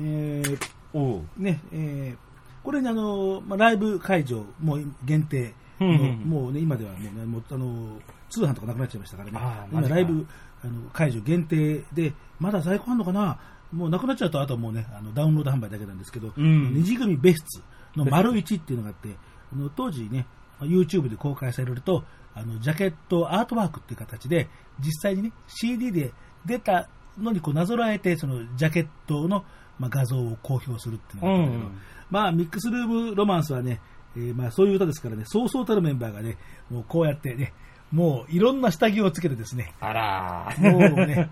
[SPEAKER 3] えー
[SPEAKER 4] おう。
[SPEAKER 3] ね、えーこれね、あの、まあ、ライブ会場、もう限定の、
[SPEAKER 4] うんうん
[SPEAKER 3] もうね、今ではもうね、もうあの、通販とかなくなっちゃいましたからね
[SPEAKER 4] あ、ーマ
[SPEAKER 3] 今
[SPEAKER 4] ジか
[SPEAKER 3] ライブあの会場限定で、まだ在庫あんのかなもうなくなっちゃうと、あとはもうね、あのダウンロード販売だけなんですけど、
[SPEAKER 4] ん
[SPEAKER 3] 二次組別室の丸一っていうのがあって、あの当時ね、まあ YouTube で公開されると、あのジャケットアートワークっていう形で、実際にね、CD で出たのにこうなぞらえて、そのジャケットの、まあ、画像を公表するっていうのがあったんだけど、
[SPEAKER 4] うん
[SPEAKER 3] まあ、ミックスルームロマンスはね、えーまあ、そういう歌ですからね、そうそうたるメンバーがね、もうこうやってね、もういろんな下着をつけてですね、
[SPEAKER 4] あらー。
[SPEAKER 3] もうね、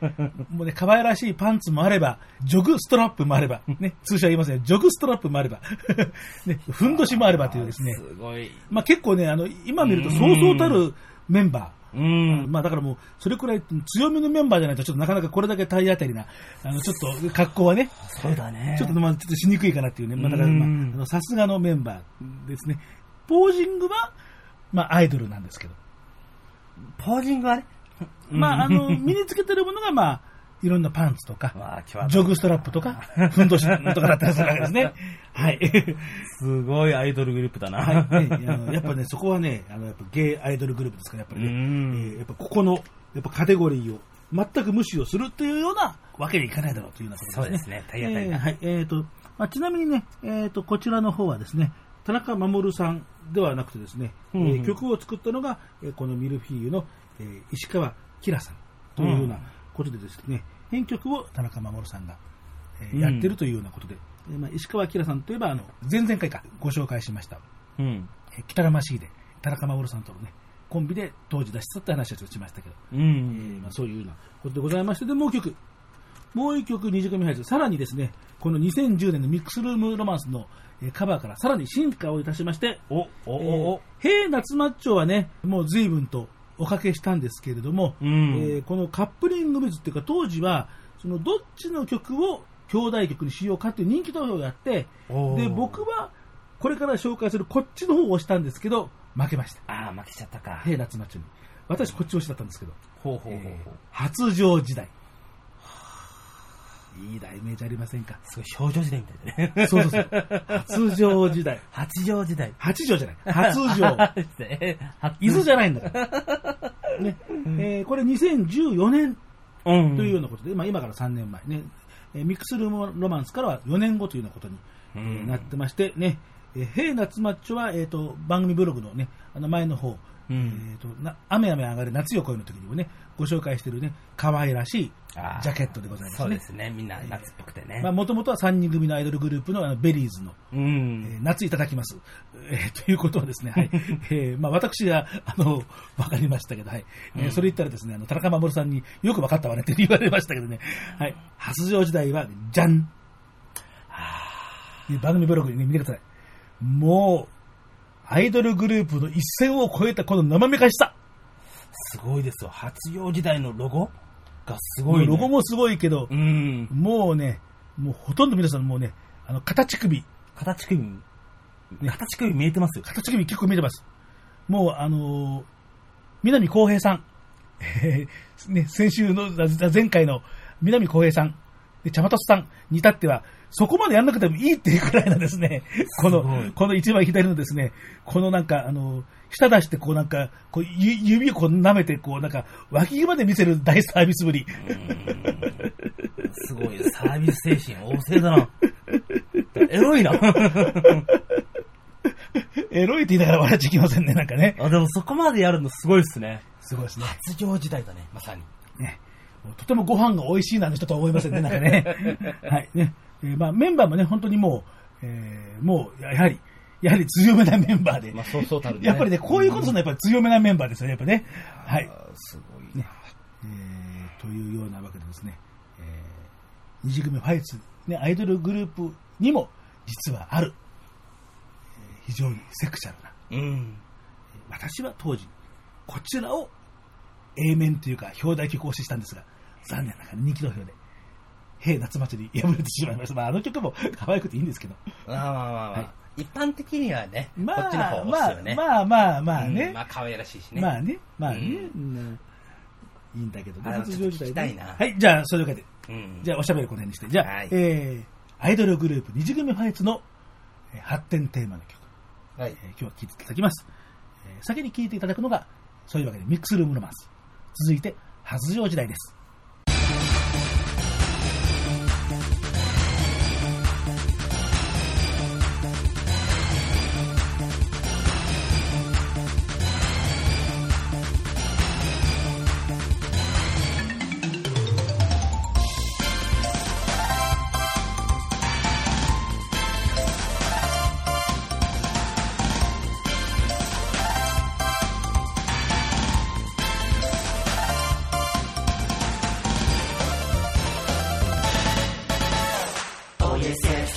[SPEAKER 3] もうね、可愛らしいパンツもあれば、ジョグストラップもあれば、ね、通称は言いますね、ジョグストラップもあれば、 ね、ふんどしもあればというですね、
[SPEAKER 4] すごい。
[SPEAKER 3] まあ結構ね、あの、今見るとそうそうたるメンバー、
[SPEAKER 4] うん。
[SPEAKER 3] まあだからもう、それくらい強みのメンバーじゃないと、ちょっとなかなかこれだけ体当たりな、あの、ちょっと格好はね、
[SPEAKER 4] そうだね。
[SPEAKER 3] ちょっとまあちょっとしにくいかなっていうね、まあだからまあ
[SPEAKER 4] うん
[SPEAKER 3] あの、さすがのメンバーですね。ポージングは、まあアイドルなんですけど。
[SPEAKER 4] ポージングはね。
[SPEAKER 3] まああの、身につけてるものがまあ、いろんなパンツとか、
[SPEAKER 4] まあ、今日
[SPEAKER 3] ジョ
[SPEAKER 4] は
[SPEAKER 3] グストラップ とか、ふんどしとかだったりするわけですね。はい。
[SPEAKER 4] すごいアイドルグループだな。
[SPEAKER 3] はい、ねあのやっぱね、そこはね、あのやっぱゲイアイドルグループですから、やっぱりね、
[SPEAKER 4] うん
[SPEAKER 3] えーやっぱここのやっぱカテゴリーを全く無視をするというようなわけにいかないだろうというようなこと
[SPEAKER 4] そう
[SPEAKER 3] で
[SPEAKER 4] ですす
[SPEAKER 3] ね。
[SPEAKER 4] ね。体
[SPEAKER 3] え
[SPEAKER 4] 当たり
[SPEAKER 3] ー
[SPEAKER 4] だ。
[SPEAKER 3] はい、えーとまあ、ちなみにね、えーと、こちらの方はですね、田中守さんではなくてですね、えー曲を作ったのが、えーこのミルフィーユの、えー石川キラさんというようなことでですね、編曲を田中守さんが、えー
[SPEAKER 4] うん
[SPEAKER 3] やってるというようなことで、えーまあ、石川キラさんといえばあの前々回かご紹介しました
[SPEAKER 4] うん。
[SPEAKER 3] えー北らましいで田中守さんとのねコンビで当時出したって話をしましたけど、
[SPEAKER 4] う
[SPEAKER 3] え
[SPEAKER 4] ん。
[SPEAKER 3] ーまあ、そういうようなことでございましてでもう一曲もう一曲20組入るさらにですねこの2010年のミックスルームロマンスのえーカバーからさらに進化をいたしまして
[SPEAKER 4] お、お、
[SPEAKER 3] 「え
[SPEAKER 4] お、
[SPEAKER 3] ー
[SPEAKER 4] お。
[SPEAKER 3] へい夏マッチョ」はねもう随分とおかけしたんですけれども、
[SPEAKER 4] うん
[SPEAKER 3] えーこのカップリング別っていうか当時はそのどっちの曲を兄弟曲にしようかっていう人気投票をやって
[SPEAKER 4] おー
[SPEAKER 3] で僕はこれから紹介するこっちの方を押したんですけど負けました
[SPEAKER 4] ああ、負けちゃったか。
[SPEAKER 3] 平夏マッチョに私こっち押しだったんですけど、
[SPEAKER 4] ほうほうほう
[SPEAKER 3] え
[SPEAKER 4] ほう
[SPEAKER 3] ー。発情時代いい題名じゃありませんか
[SPEAKER 4] すごい少女時代みたいだね。
[SPEAKER 3] そうそうそう発情時代
[SPEAKER 4] 八条時代。
[SPEAKER 3] 八条じゃない発情伊
[SPEAKER 4] 伊
[SPEAKER 3] 豆
[SPEAKER 4] 豆
[SPEAKER 3] じゃないんだから、ねえーこれ2014年
[SPEAKER 4] うん。
[SPEAKER 3] というようなことで、まあ、今から3年前ね、えーミックスルームロマンスからは4年後というようなことに、えーなってましてね、えー、ヘイナツマッチョは、えー、と番組ブログのね、あの前の方、えーとな雨雨上がる夏よ恋の時にもね、ご紹介してるね、可愛らしい
[SPEAKER 4] あー
[SPEAKER 3] ジャケットでございま
[SPEAKER 4] そ
[SPEAKER 3] す
[SPEAKER 4] うで
[SPEAKER 3] ね。
[SPEAKER 4] すね。みんな夏っぽくてね。
[SPEAKER 3] もともとは3人組のアイドルグループのあのベリーズの、
[SPEAKER 4] う
[SPEAKER 3] え
[SPEAKER 4] ん。
[SPEAKER 3] ー夏いただきます、えーということはですね、 はいえーまあ、私はあの分かりましたけど、はいえーそれ言ったらですねあの田中守さんによく分かったわねって言われましたけどね、はい、発情時代はじゃん、ね番組ブログに、ね、見てくださいもうアイドルグループの一線を超えたこの生めかしさ
[SPEAKER 4] すごいですよ。八条時代のロゴがすごい、ね。
[SPEAKER 3] ロゴ。もすごいけど
[SPEAKER 4] う、ん。
[SPEAKER 3] もうねもうほとんど皆さんもうねあの形首
[SPEAKER 4] 形首、形首見えてますよ。
[SPEAKER 3] 形首結構見えてます。もう、あのー南光平さん。 えーね、先週の、あ前回の南光平さん。で、茶松さんに至っては、そこまでやんなくてもいいっていうくらいなんですね。こ
[SPEAKER 4] ごい
[SPEAKER 3] の、この一番左のですね、このなんか、あのー舌出してこうなんか、こうゆ指をこう舐めて、こうなんか、脇まで見せる大サービスぶり。
[SPEAKER 4] すごいよ。サービス精神旺盛だ な。エロい な。
[SPEAKER 3] エロいって言いながら笑っちゃいけませんね、なんかね。
[SPEAKER 4] あ、でもそこまでやるのすごいですね。
[SPEAKER 3] すごいですね。
[SPEAKER 4] 八条時代だね、まさに。
[SPEAKER 3] ね、もうとてもご飯が美味しいなんて人とは思いませんね、なん かね。はいねえーまあ、メンバーもね、本当にもう、えーもうややはり、やはり強めなメンバーで、
[SPEAKER 2] まあ、そうそうたるね。
[SPEAKER 3] やっぱりね、こういうことするのはやっぱり強めなメンバーですよね、やっぱね。はい、
[SPEAKER 2] すごいね。
[SPEAKER 3] えーというようなわけでですね、えー、二次組ファイツ、ね、アイドルグループにも実はある、えー非常にセクシャルな、
[SPEAKER 4] うん。
[SPEAKER 3] 私は当時、こちらを A 面というか、表題曲を推ししたんですが、残念ながら人気投票で、へい夏祭りに敗れてしまいました。まあ、あの曲も可愛くていいんですけど。
[SPEAKER 2] まあまあまあまあ。
[SPEAKER 3] はい
[SPEAKER 2] 一般的にはね、
[SPEAKER 3] ま
[SPEAKER 2] こっちの方が
[SPEAKER 3] あ、
[SPEAKER 2] 多
[SPEAKER 3] ま
[SPEAKER 2] い
[SPEAKER 3] あ
[SPEAKER 2] ですよね。、
[SPEAKER 3] まあまあまあ
[SPEAKER 2] う
[SPEAKER 3] ね
[SPEAKER 2] ん。まあ、可愛らしいしね。
[SPEAKER 3] まあね、まあね。
[SPEAKER 2] う
[SPEAKER 3] うんいいんだけどね、
[SPEAKER 2] あ
[SPEAKER 3] 発情時代
[SPEAKER 2] ちょっと聞きた
[SPEAKER 3] ね
[SPEAKER 2] いな
[SPEAKER 3] はい、じゃあ、そういうわけで、
[SPEAKER 2] うん。
[SPEAKER 3] じゃあ、おしゃべりこの辺にして、じゃあ、
[SPEAKER 2] はい
[SPEAKER 3] えー、アイドルグループ、二次組ファイツのえー発展テーマの曲、
[SPEAKER 2] はい
[SPEAKER 3] えー今日は聴いていただきます。えー先に聴いていただくのが、そういうわけで、ミックスルームロマンス。続いて、発情時代です。
[SPEAKER 8] 「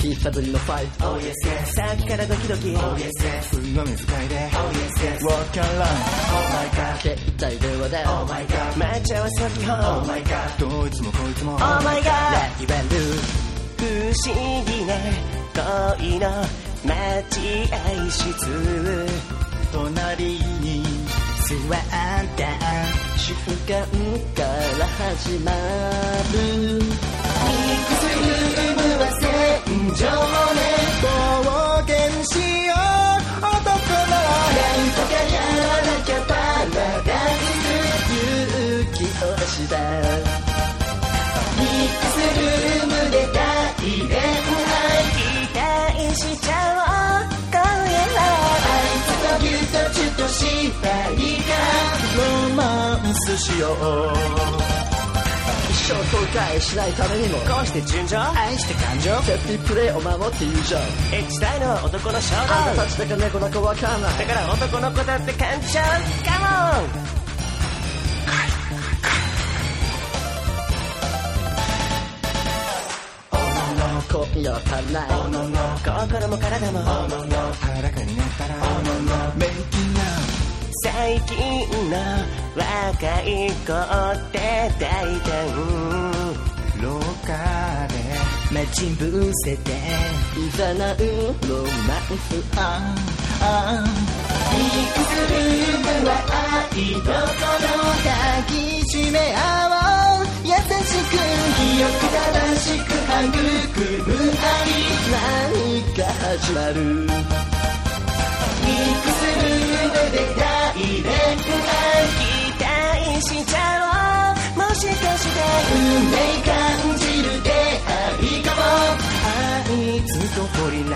[SPEAKER 5] 無茶ぶりのファイト Oh yes yes さっきからドキドキ Oh yes yes
[SPEAKER 8] すごい水替えで
[SPEAKER 5] Oh yes yes
[SPEAKER 8] わから
[SPEAKER 5] 携帯電話だ Oh my god 待ち合わせ先本 Oh my god
[SPEAKER 8] んどいつもこいつも
[SPEAKER 5] Oh my god 何言わ不思議な恋の待合室
[SPEAKER 8] 隣に
[SPEAKER 5] 座った瞬間から始まるミックスルームは戦場
[SPEAKER 8] 冒険しよう男なら
[SPEAKER 5] なんとかやらなきゃパラダイス勇気を出したミックスルームで大恋愛期待しちゃおう今夜はあいつとギュッとチュッとしたいかロマンスしよう一生後悔しないためにもこうして純情愛して感情セーフティープレイを守って友情エッチたいのは男の衝動あんたたちだか猫だかわかんないだから男の子だって感じちゃうカモン今夜は足りない心も体も
[SPEAKER 8] 裸になったらメイキング
[SPEAKER 5] 最近の若い子って大胆
[SPEAKER 8] 廊下で
[SPEAKER 5] 待ち伏せていざなうロマンスああミックスルームは愛どころ抱きしめ合おう優しく記憶正しく育む愛何か始まるミックスルームで大恋愛期待しちゃおうもしかして運命感じる出会いかも
[SPEAKER 8] あいつとゴリラ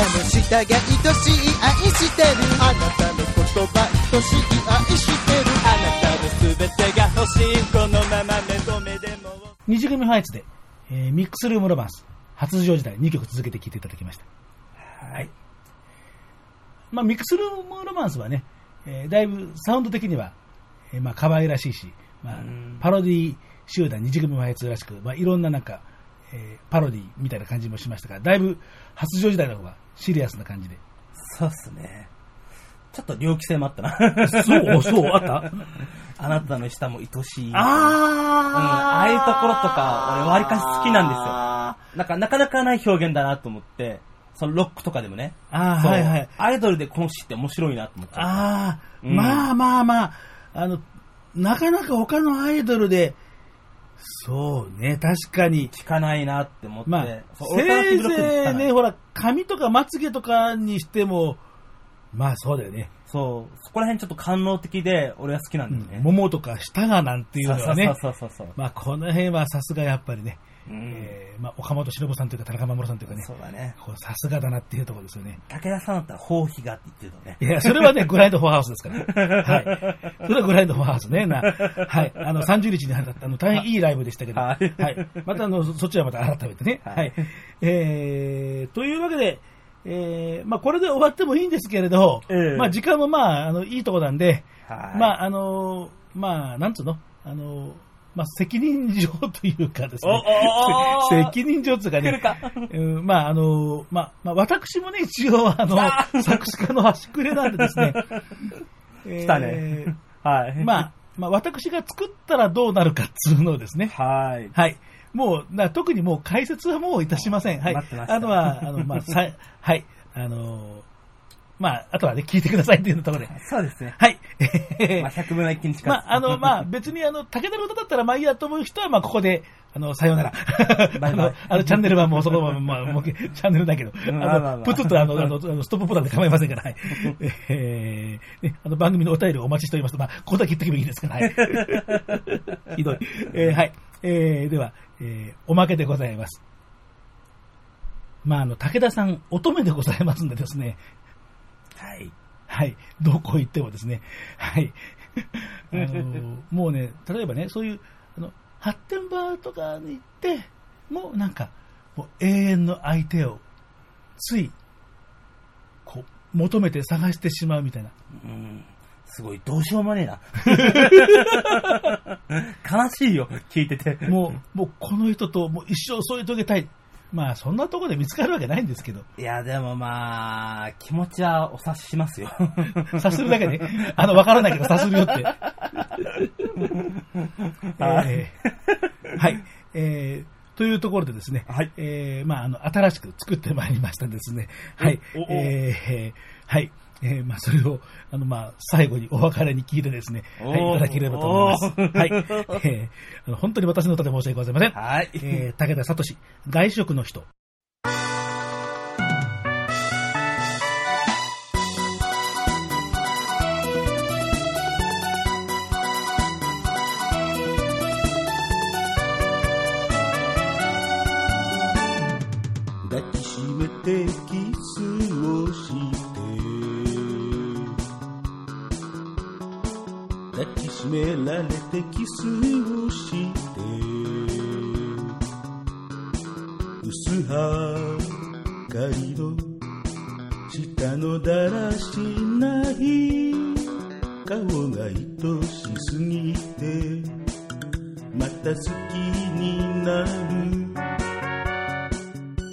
[SPEAKER 5] この
[SPEAKER 9] 石組ファイツで、えーミックスルームロマンス、発情時代2曲続けて聴いていただきました。はい。まあ、ミックスルームロマンスはね、えーだいぶサウンド的には、えーまあ、可愛らしいし、まあ、パロディ集団二次組ファイツらしく、まあ、いろんななんか、えーパロディみたいな感じもしましたが、だいぶ発情時代の方がシリアスな感じで、
[SPEAKER 4] そうっすね。ちょっと猟奇性もあったな。
[SPEAKER 3] そう、そう、あった
[SPEAKER 4] あなたの舌も愛しい。うん、あ
[SPEAKER 2] あ
[SPEAKER 4] あいうところとか、俺わりかし好きなんですよ。なんか、なかなかない表現だなと思って、そのロックとかでもね。
[SPEAKER 3] あ
[SPEAKER 4] そう
[SPEAKER 3] はいはい。
[SPEAKER 4] アイドルでこの詩って面白いなと思って。
[SPEAKER 3] ああ、
[SPEAKER 4] うん
[SPEAKER 3] まあまあまあ、あの、なかなか他のアイドルで、そうね、確かに。
[SPEAKER 4] 聞かないなって思って。
[SPEAKER 3] まあ、
[SPEAKER 4] そうオルタナテ
[SPEAKER 3] せ
[SPEAKER 4] ィ
[SPEAKER 3] い
[SPEAKER 4] ブロック
[SPEAKER 3] ぜ
[SPEAKER 4] 聞か
[SPEAKER 3] い
[SPEAKER 4] ない
[SPEAKER 3] ね、ほら、髪とかまつげとかにしても、まあそうだよね。
[SPEAKER 4] そう、そこら辺ちょっと官能的で、俺は好きなんだよね。
[SPEAKER 3] 桃とか舌がなんていう
[SPEAKER 4] そ
[SPEAKER 3] の
[SPEAKER 4] う
[SPEAKER 3] はね。
[SPEAKER 4] そうそうそうそう。
[SPEAKER 3] まあこの辺はさすがやっぱりね、
[SPEAKER 4] うん、
[SPEAKER 3] えーまあ岡本忍さんというか田中守さんというかね、
[SPEAKER 4] そうだね。
[SPEAKER 3] こうさすがだなっていうところですよね。
[SPEAKER 4] 武田さんだったら、包皮がって言ってたね
[SPEAKER 3] い。や、それはね、グラインドフォアハウスですから。はい。それはグラインドフォアハウスね。なはい。あの、30日にあった、あの、大変いいライブでしたけど。は
[SPEAKER 4] はいい。
[SPEAKER 3] また、あの、そそっちはまた改めてね。はい。えー、というわけで、えー、まあ、これで終わってもいいんですけれど、
[SPEAKER 4] ええ
[SPEAKER 3] まあ、時間もまあ、あの、いいとこなんで、
[SPEAKER 4] はい
[SPEAKER 3] まあ、あの、まあ、なんつうのあの、まあ、責任上というかですね。
[SPEAKER 4] お
[SPEAKER 3] せ 責任上というかね。
[SPEAKER 4] 来るか
[SPEAKER 3] うんまあ、あの、まあ、まあ、私もね、一応、あの、作詞家の端くれなんでですね。
[SPEAKER 4] 来たね
[SPEAKER 3] えー。
[SPEAKER 4] はい。
[SPEAKER 3] まあ、まあ、私が作ったらどうなるかっつうのをですね。
[SPEAKER 4] はい。
[SPEAKER 3] はい。もう、な特にもう解説はもういたしません。はい。
[SPEAKER 4] 待ってました
[SPEAKER 3] あとは、あの、まあ、さ、はい。 あの、まあ、あとはね、聞いてくださいっていうところで。
[SPEAKER 4] そうですね。
[SPEAKER 3] はい。
[SPEAKER 4] まあ、100分の1に近い。
[SPEAKER 3] まあ、あの、まあ、別に、あの、武田の歌だったら、まあいいやと思う人は、まあ、ここで、あの、さような ら。
[SPEAKER 4] バイバイ
[SPEAKER 3] あの、あのチャンネルはもうそのまま、まあ、もう、チャンネルだけど、あ
[SPEAKER 4] まあまあ
[SPEAKER 3] の、
[SPEAKER 4] まあ
[SPEAKER 3] プツッと、あの、あの、あのストップボタンで構いません から、はい。えー、ね、あの、番組のお便りをお待ちしております。まあ、ここだけ言っとけばいいですから、 はい。ひどい。えー、はい。えー、では、えー、おまけでございます。まあ、あの、武田さん、乙女でございますんでですね、
[SPEAKER 4] はい。
[SPEAKER 3] はい。どこ行ってもですね。はい。あの、もうね、例えばね、そういう、あの、発展場とかに行って、もうなんか、もう永遠の相手を、つい、こう、求めて探してしまうみたいな。
[SPEAKER 4] うん。すごい、どうしようもねえな。 悲しいよ、聞いてて。
[SPEAKER 3] もう、もうこの人ともう一生添い遂げたい。まあ、そんなとこで見つかるわけないんですけど、
[SPEAKER 4] いや、でもまあ、気持ちはお察ししますよ。
[SPEAKER 3] 察するだけで、あの、わからないけど察するよって。えーはい。えーというところでですね、
[SPEAKER 4] はい
[SPEAKER 3] えーまあ、あの、新しく作ってまいりましたですね。はい。
[SPEAKER 4] おお
[SPEAKER 3] えーえーはい。えーまあ、それを、あの、まあ、最後にお別れに聞いてですね、
[SPEAKER 4] お
[SPEAKER 3] はい、いただければと思います。はい。えーあの本当に私の歌で申し訳ございません。
[SPEAKER 4] はい。
[SPEAKER 3] えー武田聡、外食の人。
[SPEAKER 8] 抱きしめてキスをして抱きしめられてキスをして薄はかりの下のだらしない顔が愛しすぎてまた好きになる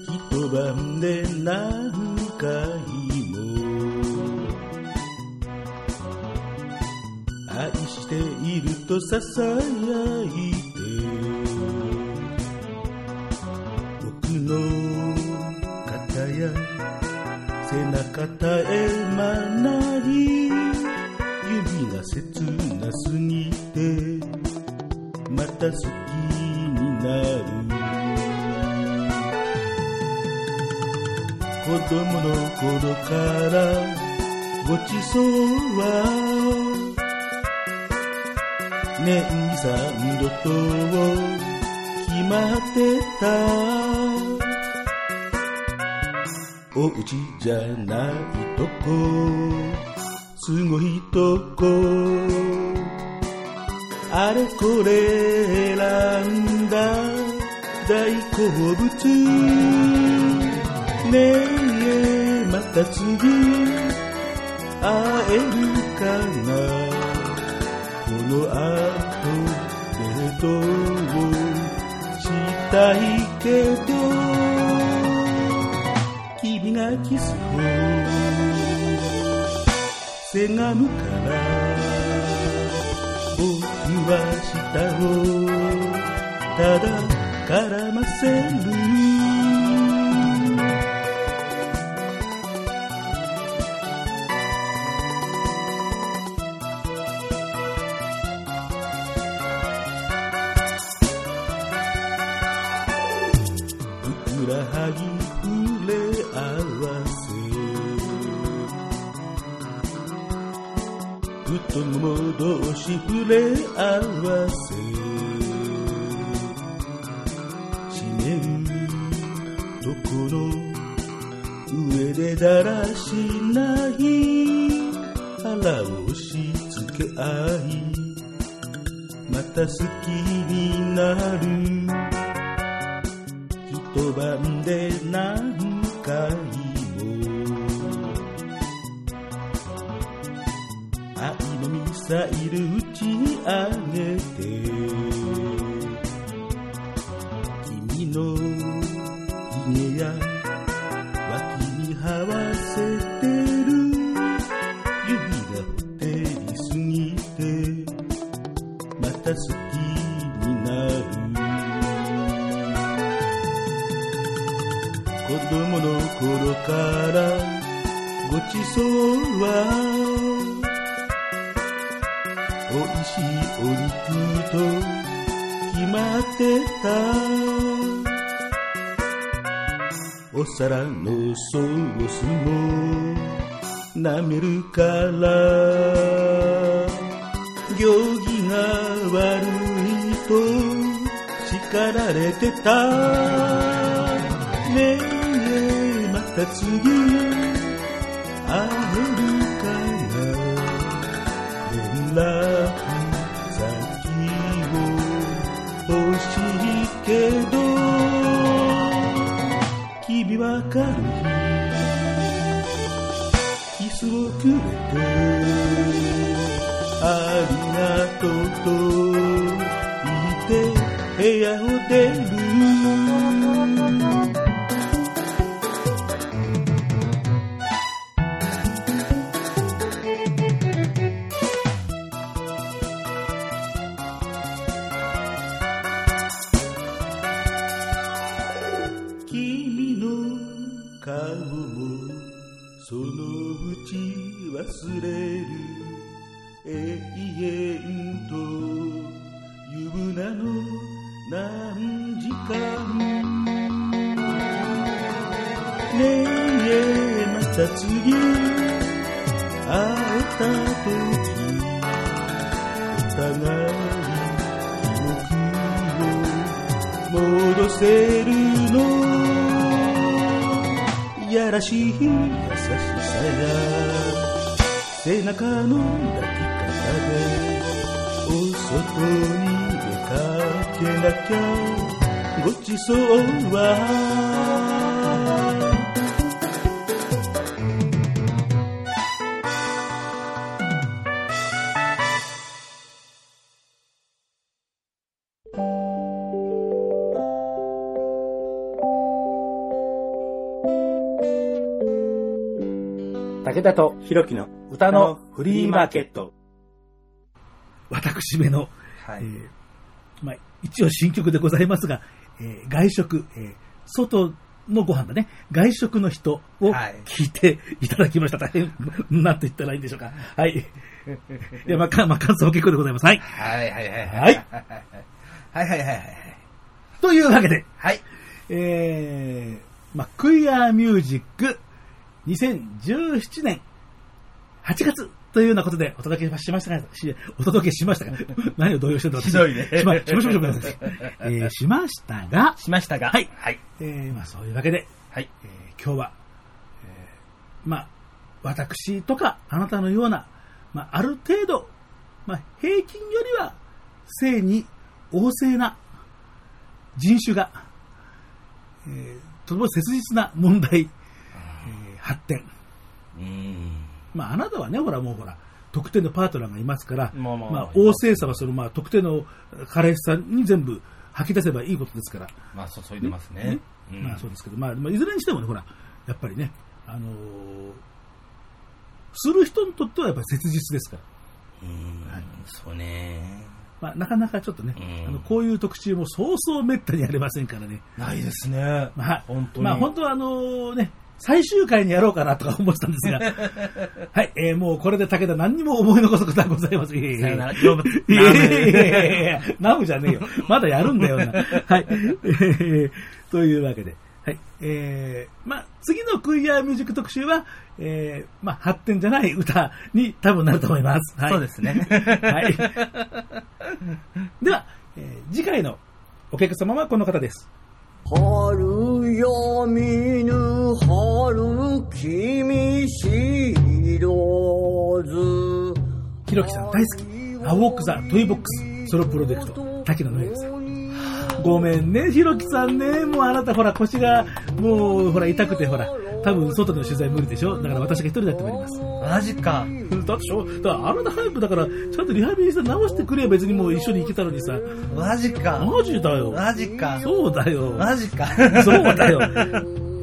[SPEAKER 8] 一晩で何回も愛していると囁いて僕の肩や背中絶え間ない指が切なすぎてまた好きになる子供の頃からごちそうは年三度と決まってたお家じゃないとこすごいとこあれこれ選んだ
[SPEAKER 5] 大好物ねえまた次会えるかなこの後デートをしたいけど君がキスをせがむから僕は舌をただ絡ませるふくらはぎ触れ合わせ太もも同士触れ合わせ知念どこの上でだらしない腹を押し付け合いまた好きになる一晩で何回も愛のミサイル打ち上げて君のひげや脇に這わせてる指がほてりすぎてまた好きになる子供の頃からごちそうは美味しいお肉と決まってたお皿のソースも舐めるから行儀が悪いと叱られてたねえまた次会えるかな連絡先を欲しいけど君は軽いキスをくれてありがとうと言って部屋を出る君の顔もそのうち忘れる永遠という名の何時間ねえまた次会えた時お互い記憶を戻せるのいやらしい優しさや背中の抱き方でお外に出かけなきゃごちそうは
[SPEAKER 1] 武田と
[SPEAKER 10] ひろきの
[SPEAKER 1] 歌のフリーマーケット。
[SPEAKER 3] 私めの、
[SPEAKER 4] はい
[SPEAKER 3] えーまあ、一応新曲でございますが、えー外食、えー外のご飯だね、外食の人を
[SPEAKER 4] はい
[SPEAKER 3] 聞いていただきました。大変、なんと言ったらいいんでしょうか。はい。で、まあ、かまあ、感想は結構でございます。はい。
[SPEAKER 4] はいはいはい
[SPEAKER 3] はい
[SPEAKER 4] はいはいはいはい。
[SPEAKER 3] というわけで、
[SPEAKER 4] はい。
[SPEAKER 3] えー、まあ、クイアミュージック2017年8月というようなことでお届けしましたが、しお届けしました が、何を動揺してるのひ
[SPEAKER 4] どいね
[SPEAKER 3] しま、しましましましまえ ーしましたが、
[SPEAKER 4] しましたが。
[SPEAKER 3] はい
[SPEAKER 4] はい。
[SPEAKER 3] えー、まあそういうわけで、
[SPEAKER 4] はい。
[SPEAKER 3] えー今日は、えーまあ、私とかあなたのような、まあ、ある程度、まあ、平均よりは、性に旺盛な人種がえーとても切実な問題、えー発展。
[SPEAKER 4] うん。
[SPEAKER 3] まあ、あなたはね、ほら、もうほら、特定のパートナーがいますから、
[SPEAKER 2] まあまあ
[SPEAKER 3] まあ、王政さはその、まあ、特定の彼氏さんに全部吐き出せばいいことですから、
[SPEAKER 2] まあ、注いでますね。うん
[SPEAKER 3] まあ、そうですけど、まあ、まあいずれにしてもね、ほら、やっぱりね、あのーする人にとってはやっぱり切実ですから、
[SPEAKER 4] うん。そうね。
[SPEAKER 3] まあ、なかなかちょっとね、
[SPEAKER 4] うん
[SPEAKER 3] あのこういう特集もそうそうめったにありませんからね、
[SPEAKER 2] ないですね。
[SPEAKER 3] まあ、
[SPEAKER 2] 本当に。
[SPEAKER 3] まあ、本当はあのね、最終回にやろうかなとか思ってたんです が、はい、えーもうこれで武田何にも思い残すことはございません。いえいえいえ
[SPEAKER 2] さよなら成仏
[SPEAKER 3] いやいやいやいやいや、ナムじゃねえよ。まだやるんだよ な。はい。 えーというわけで。はい。えー、まあ、次のクイアミュージック特集は、えー、まあ、発展じゃない歌に多分なると思います。はい。
[SPEAKER 2] そうですね。
[SPEAKER 3] はい。では、えー次回のお客様はこの方です。
[SPEAKER 5] 春よ見ぬ春君知ろず
[SPEAKER 3] ひろきさん大好き。青奥座トイボックスソロプロジェクト、滝野のえさん。ごめんね、ひろきさんね。もうあなたほら腰が、もうほら痛くてほら、多分外での取材無理でしょだから私が一人でやってまいります。
[SPEAKER 2] マジか。
[SPEAKER 3] だってしょ、だからあなた早くだから、ちゃんとリハビリして直してくれよ別にもう一緒に行けたのにさ。
[SPEAKER 2] マジか。
[SPEAKER 3] マジだよ。
[SPEAKER 2] マジか。
[SPEAKER 3] そうだよ。
[SPEAKER 2] マジか。
[SPEAKER 3] そうだ よ。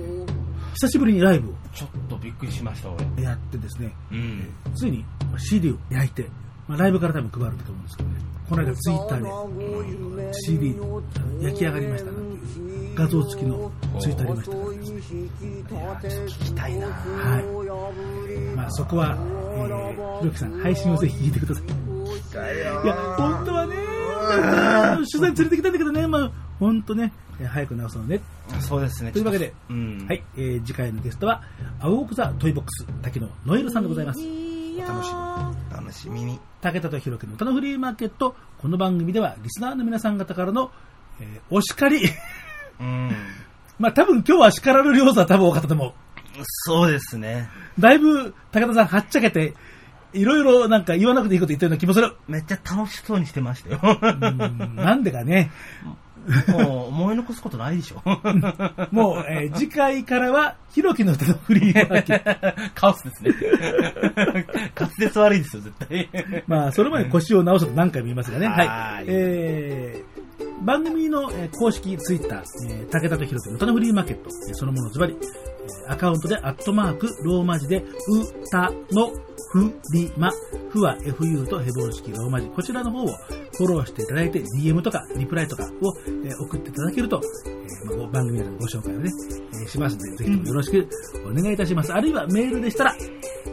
[SPEAKER 3] 久しぶりにライブを
[SPEAKER 4] ちょっとびっくりしました、俺。
[SPEAKER 3] やってですね、
[SPEAKER 4] うん。
[SPEAKER 3] ついに CD を焼いて、まあ、ライブから多分配ると思うんですけどね、この間ツイッターで CD 焼き上がりましたなんていう画像付きのツイッターありましたからですね、
[SPEAKER 2] 聞きたいな。
[SPEAKER 3] はい。まあそこは、えー、ひろきさん、配信をぜひ聞いてください。いや、本当はね、取材に連れてきたんだけどね、まあ、本当ね、えー早く直そうね。
[SPEAKER 2] そうですね。
[SPEAKER 3] というわけで、
[SPEAKER 2] うん。
[SPEAKER 3] はい、えー次回のゲストは、青奥座トイボックス、滝野ノエルさんでございます。
[SPEAKER 2] 楽しみ。楽しみに。
[SPEAKER 3] 武田とひろきの歌のフリーマーケット。この番組ではリスナーの皆さん方からの、えーお叱り。
[SPEAKER 2] うん。
[SPEAKER 3] まあ多分今日は叱られる要素は多分多かったと思う。
[SPEAKER 2] そうですね。
[SPEAKER 3] だいぶ武田さんはっちゃけて、いろいろなんか言わなくていいこと言ったような気もする。
[SPEAKER 2] めっちゃ楽しそうにしてましたよ。
[SPEAKER 3] うんなんでかね。
[SPEAKER 2] もう思い残すことないでし ょ。
[SPEAKER 3] もう、えー次回からはひろきの歌のフリーマーケット。
[SPEAKER 2] カオスですね。 滑舌悪いですよ、絶対。
[SPEAKER 3] まあそれまで腰を直すと何回も言いますがね。はい。
[SPEAKER 2] はい
[SPEAKER 3] えー番組の、えー公式ツイッター、えー武田とひろきの歌のフリーマーケット、えーそのものズバリ、えーアカウントでアットマーク、ローマ字で、うたのふりま、ふは fu とヘボン式ローマ字、こちらの方をフォローしていただいて、DM とかリプライとかを、えー送っていただけると、えーまあ番組内のご紹介をね、えーしますので、ぜひともよろしくお願いいたします。あるいはメールでしたら、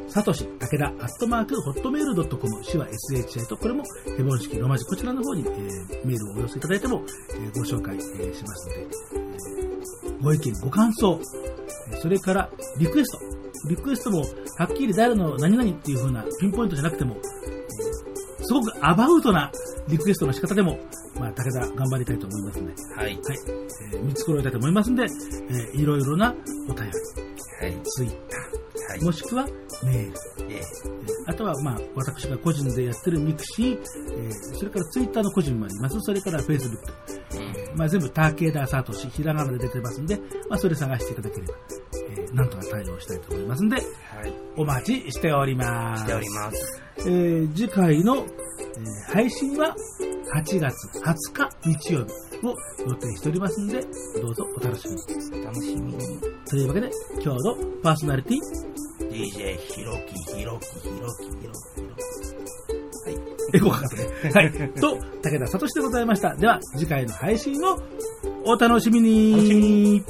[SPEAKER 3] サトシ、武田、アットマーク、ホットメールドットコム、手話 SHI と、これも、ヘボン式ロマ字、こちらの方に、えーメールをお寄せいただいても、えーご紹介、えーしますので、えーご意見、ご感想、えーそれから、リクエスト。リクエストも、はっきり誰の何々っていう風なピンポイントじゃなくても、えーすごくアバウトなリクエストの仕方でも、まあ、武田頑張りたいと思いますので、
[SPEAKER 4] はい。
[SPEAKER 3] はい、えー見繕いたいと思いますんで、えーいろいろなお便り、
[SPEAKER 4] はい。
[SPEAKER 3] ツイッ
[SPEAKER 4] は
[SPEAKER 3] タ
[SPEAKER 4] い
[SPEAKER 3] ー、もしくはメール、
[SPEAKER 4] え
[SPEAKER 3] あとは、まあ、私が個人でやってるミクシー、えーそれからツイッターの個人もあります。それからフェイスブック。まあ、全部、ターケーダーサートシ、ひらがなで出てますんで、まあ、それ探していただければ、えーなんとか対応したいと思いますんで、
[SPEAKER 4] はい。
[SPEAKER 3] お待ちしております。
[SPEAKER 4] しております。
[SPEAKER 3] えー次回の、えー配信は8月20日日曜日を予定しておりますんで、どうぞお楽しみに。
[SPEAKER 4] 楽しみに。
[SPEAKER 3] というわけで、今日のパーソナリティ、
[SPEAKER 4] DJ ひろき、ひろき、ひろき、ひろき、ひろき。
[SPEAKER 3] エゴかかってね。 はい。と、武田聡でございました。では、次回の配信をお楽しみに。